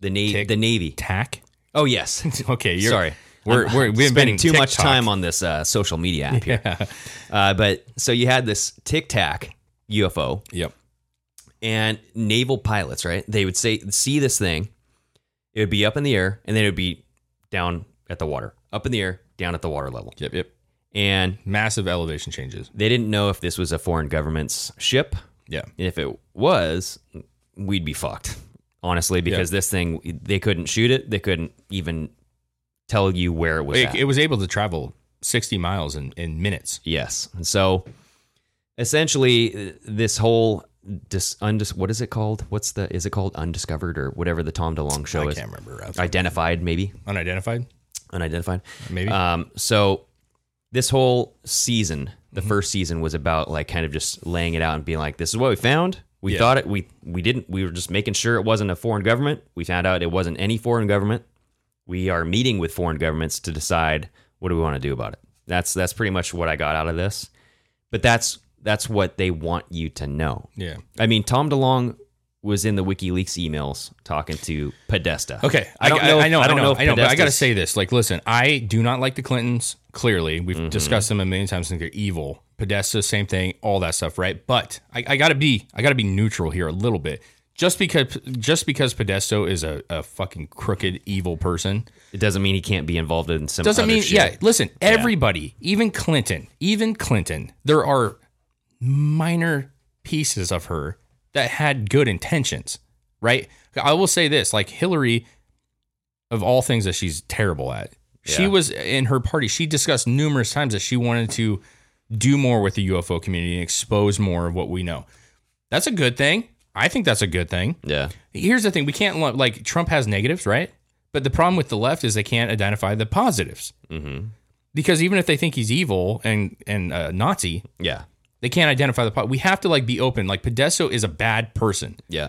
S6: the navy
S5: Tick-
S6: the navy.
S5: tack.
S6: Oh yes,
S5: Okay, you're,
S6: sorry.
S5: We're, we're we've been
S6: spending too much time on this uh, social media app here. Uh, but so you had this Tic Tac UFO
S5: Yep.
S6: and naval pilots, right? They would say see this thing, it would be up in the air, and then it would be down at the water, up in the air, down at the water level,
S5: Yep. Yep.
S6: and
S5: Massive elevation changes.
S6: they didn't know if this was a foreign government's ship.
S5: Yeah.
S6: If it was, we'd be fucked, honestly, because this thing they couldn't shoot it, they couldn't even tell you where it was.
S5: It,
S6: at.
S5: it was able to travel 60 miles in, in minutes.
S6: Yes. And so essentially uh, this whole dis, undis, what is it called? What's the is it called undiscovered or whatever the Tom DeLonge show
S5: I
S6: is?
S5: can't remember. I was-
S6: Identified maybe.
S5: Unidentified.
S6: Unidentified.
S5: Maybe.
S6: Um so this whole season, the
S5: Mm-hmm.
S6: first season was about like kind of just laying it out and being like this is what we found. We
S5: Yeah.
S6: thought it we we didn't we were just making sure it wasn't a foreign government. We found out it wasn't any foreign government. We are meeting with foreign governments to decide what do we want to do about it. That's that's pretty much what I got out of this but that's that's what they want you to know.
S5: Yeah.
S6: I mean, Tom DeLong was in the WikiLeaks emails talking to Podesta.
S5: Okay,
S6: I don't know.
S5: I know. I
S6: don't
S5: know.
S6: if
S5: I know. But I got to
S6: Podesta's-
S5: say this. Like, listen, I do not like the Clintons. Clearly, we've
S6: Mm-hmm.
S5: discussed them a million times. Think they're evil. Podesta, same thing. All that stuff, right? But I, I gotta be. I gotta be neutral here a little bit. Just because, just because Podesto is a, a fucking crooked, evil person,
S6: it doesn't mean he can't be involved in some.
S5: doesn't
S6: other
S5: mean
S6: shit.
S5: yeah listen everybody even clinton even clinton there are minor pieces of her that had good intentions right i will say this like hillary of all things that she's terrible at she
S6: Yeah.
S5: was in her party she discussed numerous times that she wanted to do more with the ufo community and expose more of what we know that's a good thing i think that's a good thing
S6: yeah.
S5: here's the thing we can't lump- like trump has negatives right but the problem with the left is they can't identify the positives mm-hmm. because even if they think he's evil and and uh, nazi
S6: Yeah.
S5: they can't identify the po- we have to like be open like podesto is a bad person
S6: Yeah.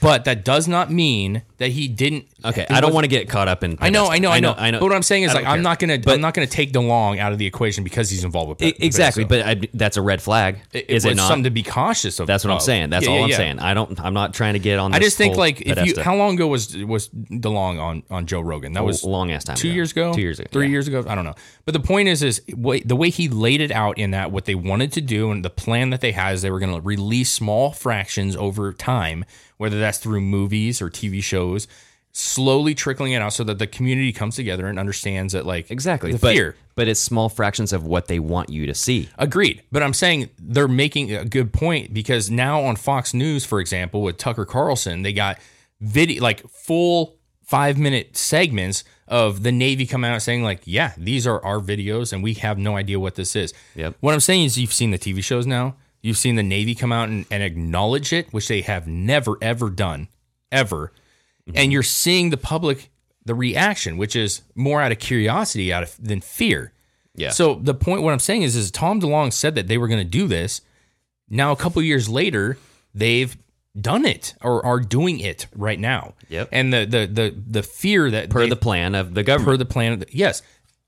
S5: but that does not mean that he didn't
S6: Okay. I don't want to get caught up in.
S5: I know,
S6: Podesta.
S5: I know, I know,
S6: I know.
S5: But what I'm saying is,
S6: I
S5: like,
S6: don't
S5: I'm
S6: care.
S5: not gonna,
S6: But-
S5: I'm not gonna take DeLong out of the equation because he's involved with
S6: E-
S5: Pe-
S6: exactly.
S5: Podesto.
S6: But I, that's a red flag.
S5: It-
S6: is
S5: it's
S6: it not?
S5: something to be cautious of?
S6: that's what I'm
S5: of.
S6: saying. That's
S5: Oh, Yeah,
S6: all
S5: yeah,
S6: I'm
S5: yeah.
S6: saying. I don't. I'm not trying to get on.
S5: I
S6: this
S5: just think
S6: whole
S5: like if you
S6: Podesta.
S5: how long ago was was DeLong on on Joe Rogan? That was
S6: A long ass time
S5: Two
S6: ago.
S5: years ago.
S6: Two years ago,
S5: Three
S6: yeah.
S5: years ago. I don't know. But the point is, is wa- the way he laid it out in that what they wanted to do and the plan that they had is they were going to release small fractions over time, whether that's through movies or TV shows. Slowly trickling it out so that the community comes together and understands that, like,
S6: exactly
S5: the
S6: but,
S5: fear.
S6: but it's small fractions of what they want you to see.
S5: Agreed. But I'm saying they're making a good point because now on Fox News, for example, with Tucker Carlson, they got video like full five minute segments of the Navy coming out saying, like, yeah, these are our videos and we have no idea what this is.
S6: Yep.
S5: What I'm saying is you've seen the TV shows now, you've seen the Navy come out and, and acknowledge it, which they have never, ever done, ever. And you're seeing the public, the reaction, which is more out of curiosity out of than fear.
S6: Yeah.
S5: So the point, what I'm saying is, is Tom DeLong said that they were going to do this. Now, a couple years later, they've done it or are doing it right now.
S6: Yep.
S5: And the the the the fear that
S6: per
S5: they-
S6: the plan of the government.
S5: per the plan. Yes,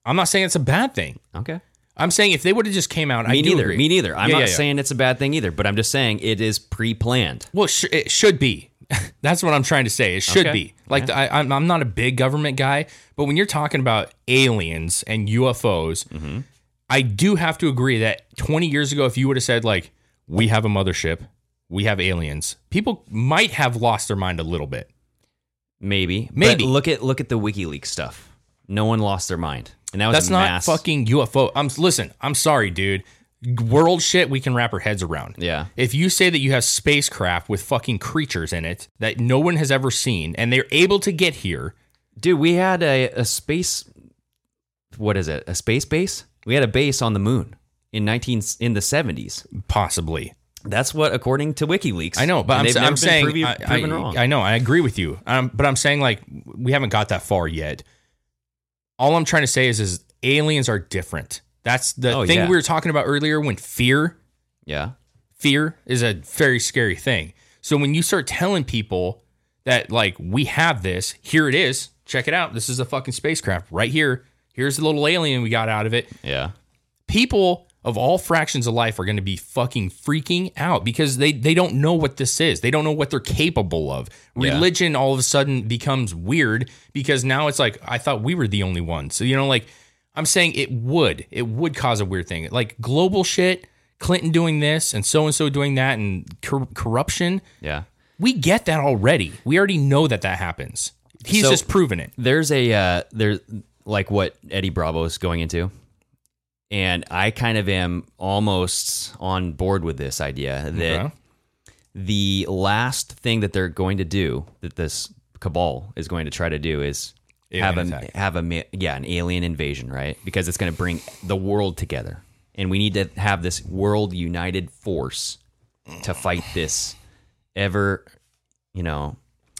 S5: I'm not saying it's a bad thing.
S6: okay.
S5: I'm saying if they would have just came out, I
S6: Me
S5: do
S6: neither.
S5: agree.
S6: Me neither. I'm
S5: Yeah,
S6: not
S5: yeah, yeah.
S6: saying it's a bad thing either, but I'm just saying it is pre-planned.
S5: Well, sh- it should be. That's what I'm trying to say. It should
S6: Okay.
S5: be. Like the, I, I'm, I'm not a big government guy, but when you're talking about aliens and UFOs,
S6: Mm-hmm.
S5: I do have to agree that 20 years ago, if you would have said like, "We have a mothership, we have aliens," people might have lost their mind a little bit.
S6: Maybe. But
S5: Maybe.
S6: look at look at the WikiLeaks stuff. No one lost their mind, and that was
S5: That's
S6: a
S5: not
S6: mass-
S5: fucking UFO. I'm listen. I'm sorry, dude. World shit we can wrap our heads around.
S6: Yeah.
S5: If you say that you have spacecraft with fucking creatures in it that no one has ever seen and they're able to get here,
S6: Dude, we had a, a space. What is it? A space base? We had a base on the moon in 19 in the 70s.
S5: possibly.
S6: That's what, according to WikiLeaks.
S5: I know, but
S6: and
S5: I'm,
S6: they've
S5: sa-
S6: never
S5: I'm
S6: been
S5: saying
S6: provi-
S5: I,
S6: proven
S5: I-
S6: wrong.
S5: I know I agree with you, um, but I'm saying like we haven't got that far yet. All I'm trying to say is, is aliens are different. That's the
S6: Oh,
S5: thing
S6: yeah.
S5: we were talking about earlier when fear
S6: yeah.
S5: fear is a very scary thing. So when you start telling people that like we have this, here it is, check it out. This is a fucking spacecraft right here. Here's the little alien we got out of it.
S6: Yeah.
S5: People of all fractions of life are going to be fucking freaking out because they they don't know what this is. They don't know what they're capable of. Religion all of a sudden becomes weird because now it's like I thought we were the only ones. So you know like I'm saying it would it would cause a weird thing. Like global shit, Clinton doing this and so and so doing that and cor- corruption.
S6: Yeah.
S5: We get that already. We already know that that happens. He's
S6: So-
S5: just proven it.
S6: there's a uh, there like what Eddie Bravo is going into, and I kind of am almost on board with this idea that
S5: Okay.
S6: the last thing that they're going to do that this cabal is going to try to do is
S5: Alien
S6: have
S5: attack.
S6: a have a ma- yeah an alien invasion right because it's going to bring the world together and we need to have this world united force to fight this ever you know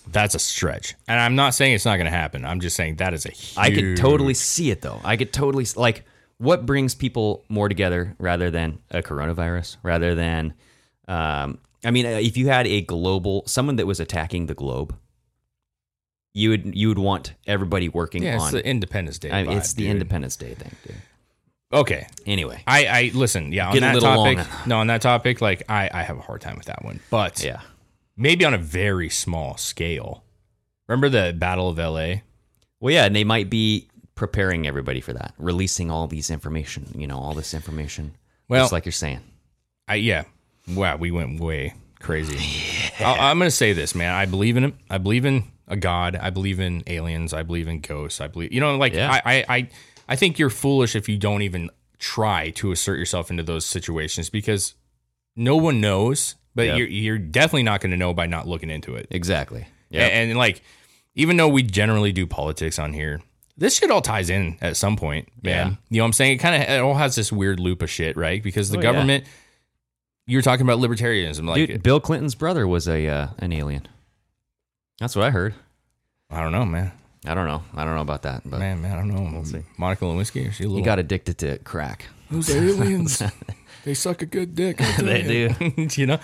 S5: That's a stretch. And I'm not saying it's not going to happen. I'm just saying that is a huge.
S6: I could totally see it though. I could totally s- like what brings people more together rather than a coronavirus, rather than um I mean uh, if you had a global someone that was attacking the globe, you would you would want everybody working
S5: Yeah, it's
S6: on
S5: the Independence Day.
S6: I mean, it's
S5: vibe,
S6: the
S5: dude.
S6: Independence Day thing, dude.
S5: Okay.
S6: Anyway.
S5: I, I listen. Yeah, on
S6: Get a
S5: that
S6: little
S5: topic.
S6: long.
S5: No, on that topic, like I, I have a hard time with that one. But
S6: Yeah.
S5: maybe on a very small scale. Remember the Battle of L.A.
S6: Well yeah, and they might be preparing everybody for that, releasing all these information, you know, all this information.
S5: Well-
S6: just like you're saying.
S5: I yeah. Wow, we went way crazy. I, I'm gonna say this, man. I believe in him. I believe in a god. I believe in aliens. I believe in ghosts. I believe you know, like
S6: Yeah.
S5: I, I, I, I think you're foolish if you don't even try to assert yourself into those situations because no one knows. But
S6: Yep.
S5: you're you're definitely not gonna know by not looking into it.
S6: Exactly.
S5: Yeah. And, and, like, even though we generally do politics on here, this shit all ties in at some point, man.
S6: Yeah.
S5: You know what I'm saying? It kind of it all has this weird loop of shit, right? Because the
S6: Oh, yeah.
S5: government, you're talking about libertarianism, like
S6: Dude, Bill Clinton's brother was a uh, an alien. That's what I heard.
S5: I don't know, man,
S6: I don't know. I don't know about that, but
S5: man, man, I don't know. Monica Lewinsky, is she a
S6: he
S5: little?
S6: got addicted to crack.
S5: Those aliens, they suck a good dick.
S6: They do.
S5: you know,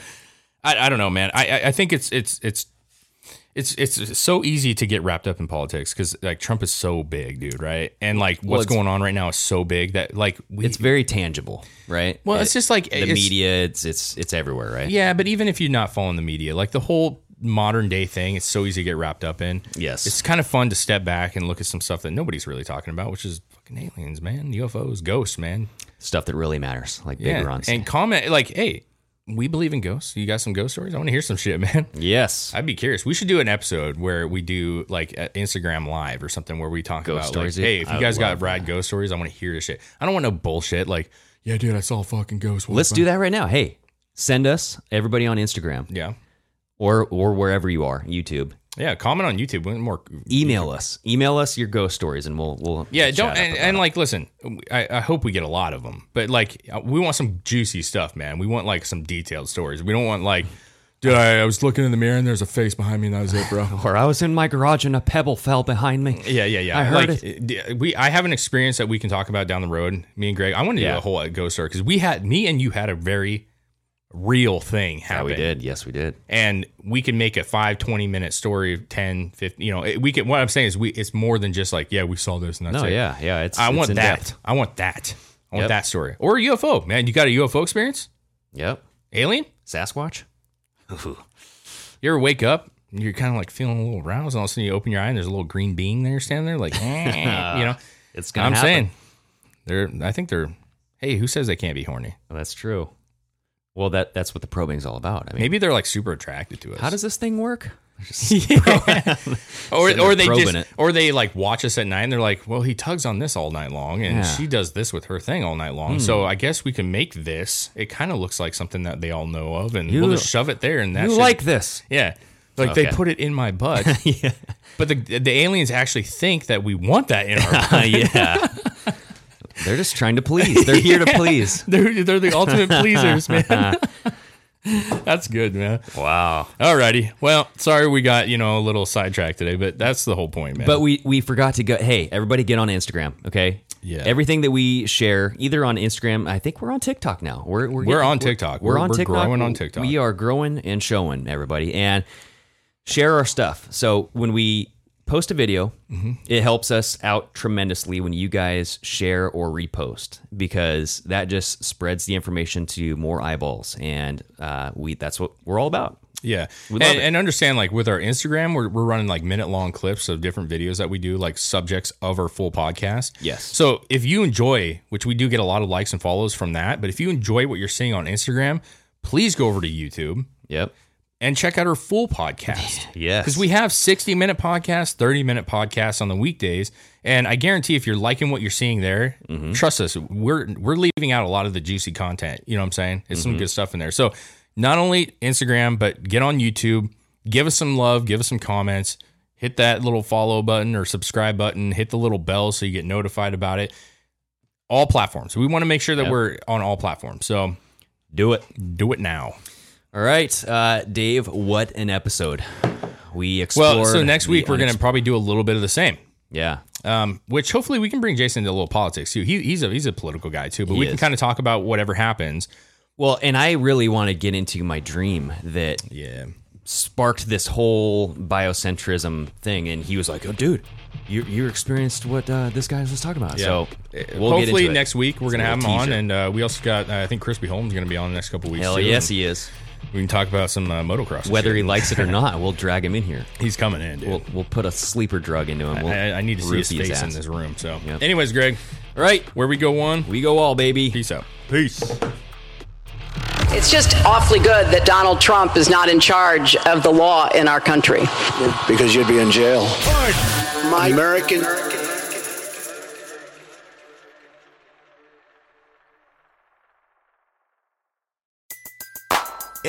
S5: I, I don't know, man. I, I I think it's it's it's. It's it's so easy to get wrapped up in politics because like Trump is so big, dude, right? And like
S6: Well,
S5: what's
S6: it's-
S5: going on right now is so big that like we,
S6: It's very tangible, right?
S5: Well, it's
S6: It-
S5: just like-
S6: the
S5: it's-
S6: media. It's it's it's everywhere, right?
S5: Yeah, but even if you're not following the media, like the whole modern day thing, it's so easy to get wrapped up in.
S6: Yes.
S5: It's kind of fun to step back and look at some stuff that nobody's really talking about, which is fucking aliens, man, UFOs, ghosts, man.
S6: Stuff that really matters, like Big Ron.
S5: And
S6: said.
S5: comment like, hey, we believe in ghosts. You got some ghost stories? I want to hear some shit, man.
S6: yes,
S5: I'd be curious. We should do an episode where we do like a Instagram live or something where we talk
S6: Ghost
S5: about
S6: stories,
S5: like,
S6: dude.
S5: hey, if you
S6: I
S5: guys got
S6: love
S5: rad ghost stories, I want to hear this shit. I don't want no bullshit like, yeah, dude, I saw a fucking ghost. What
S6: let's
S5: the
S6: do
S5: fuck?"
S6: that right now. Hey, send us everybody on Instagram
S5: Yeah.
S6: or or wherever you are, YouTube.
S5: Yeah, comment on YouTube. We want More
S6: Email us. Email us your ghost stories, and we'll we'll
S5: Yeah,
S6: chat
S5: don't
S6: up
S5: and,
S6: about
S5: and like listen, I, I hope we get a lot of them, but like uh, we want some juicy stuff, man. We want like some detailed stories. We don't want like, dude, I, I was looking in the mirror and there's a face behind me and that was it, bro.
S6: it. Or I was in my garage and a pebble fell behind me.
S5: yeah, yeah, yeah.
S6: I heard
S5: like, uh, d- We I have an experience that we can talk about down the road. Me and Greg, I want to do
S6: Yeah.
S5: a whole uh, ghost story because we had me and you had a very real thing
S6: Yeah,
S5: happen.
S6: we did. Yes, we did.
S5: and we can make a 5 20 minute story 10 15 you know it, we can what i'm saying is we it's more than just like yeah we saw this and that's
S6: No,
S5: it.
S6: yeah, yeah. It's
S5: I
S6: it's
S5: want that.
S6: in-depth.
S5: I want that. I want
S6: Yep.
S5: that story. Or a UFO, man. You got a UFO experience?
S6: Yep.
S5: Alien?
S6: Sasquatch.
S5: You ever wake up? and You're kind of like feeling a little roused. All of a sudden, you open your eye and there's a little green being there standing there, like eh, you know.
S6: It's gonna.
S5: I'm
S6: happen.
S5: saying, they're. I think they're. Hey, who says they can't be horny?
S6: Well, that's true. Well, that that's what the probing's all about. I mean,
S5: Maybe they're like super attracted to us.
S6: how does this thing work?
S5: or
S6: Sitting
S5: or
S6: there
S5: they
S6: probing
S5: just
S6: it.
S5: or they like watch us at night and they're like, well, he tugs on this all night long and
S6: Yeah. Hmm.
S5: she does this with her thing all night long. So I guess we can make this. It kind of looks like something that they all know of, and
S6: You-
S5: we'll just shove it there and that.
S6: you
S5: should-
S6: like this?
S5: Yeah. Like they
S6: Okay.
S5: put it in my butt. But the the aliens actually think that we want that in our butt.
S6: yeah. They're just trying to please. They're here to please.
S5: They're, they're the ultimate pleasers, man. that's good, man.
S6: Wow.
S5: Alrighty. Well, sorry we got, you know, a little sidetracked today, but that's the whole point, man.
S6: But we we forgot to go. Hey, everybody, get on Instagram, okay?
S5: Yeah.
S6: Everything that we share, either on Instagram, I think we're on TikTok now. We're we're,
S5: We're on TikTok.
S6: We're,
S5: We're-
S6: on
S5: we're
S6: TikTok.
S5: growing on TikTok.
S6: We are growing and showing everybody and share our stuff. So when we post a video.
S5: Mm-hmm.
S6: It helps us out tremendously when you guys share or repost because that just spreads the information to more eyeballs, and uh, we that's what we're all about.
S5: Yeah.
S6: We
S5: And,
S6: love it.
S5: and understand, like with our Instagram, we're, we're running like minute long clips of different videos that we do, like subjects of our full podcast.
S6: Yes.
S5: So if you enjoy, which we do get a lot of likes and follows from that, but if you enjoy what you're seeing on Instagram, please go over to YouTube
S6: Yep.
S5: and check out our full podcast.
S6: Yes.
S5: Because we have 60 minute podcasts, 30 minute podcasts on the weekdays. And I guarantee if you're liking what you're seeing there,
S6: Mm-hmm.
S5: trust us, we're we're leaving out a lot of the juicy content. You know what I'm saying? It's
S6: Mm-hmm.
S5: some good stuff in there. So not only Instagram, but get on YouTube, give us some love, give us some comments, hit that little follow button or subscribe button, hit the little bell so you get notified about it. All platforms. We want to make sure that we're on all platforms. So
S6: do it.
S5: do it now.
S6: All right, uh, Dave. What an episode. We explore.
S5: Well, so next week we're going to probably do a little bit of the same.
S6: yeah.
S5: um, which hopefully we can bring Jason into a little politics too. He, he's a he's a political guy too, but we can
S6: is.
S5: kind of talk about whatever happens.
S6: Well, and I really want to get into my dream that
S5: Yeah,
S6: sparked this whole biocentrism thing, and he was like, "Oh, dude, you you experienced what uh, this guy was talking about." So we'll get
S5: Uh, hopefully
S6: into it.
S5: next week we're
S6: It's a
S5: gonna have him
S6: little
S5: on,
S6: teaser.
S5: and uh, we also got uh, I think Crispy Holmes gonna be on the next couple weeks.
S6: Hell
S5: too,
S6: yes,
S5: and
S6: he is.
S5: we can talk about some uh, motocross. and
S6: Whether
S5: shit.
S6: he likes it or not, we'll drag him in here.
S5: he's coming in, dude.
S6: We'll we'll put a sleeper drug into him. We'll
S5: I, I need to see his
S6: roofie
S5: face in
S6: ass.
S5: this room. So,
S6: Yep.
S5: anyways, Greg,
S6: All right,
S5: where we go one,
S6: we go all, baby.
S5: peace out, peace.
S7: It's just awfully good that Donald Trump is not in charge of the law in our country.
S1: Because you'd be in jail. My American.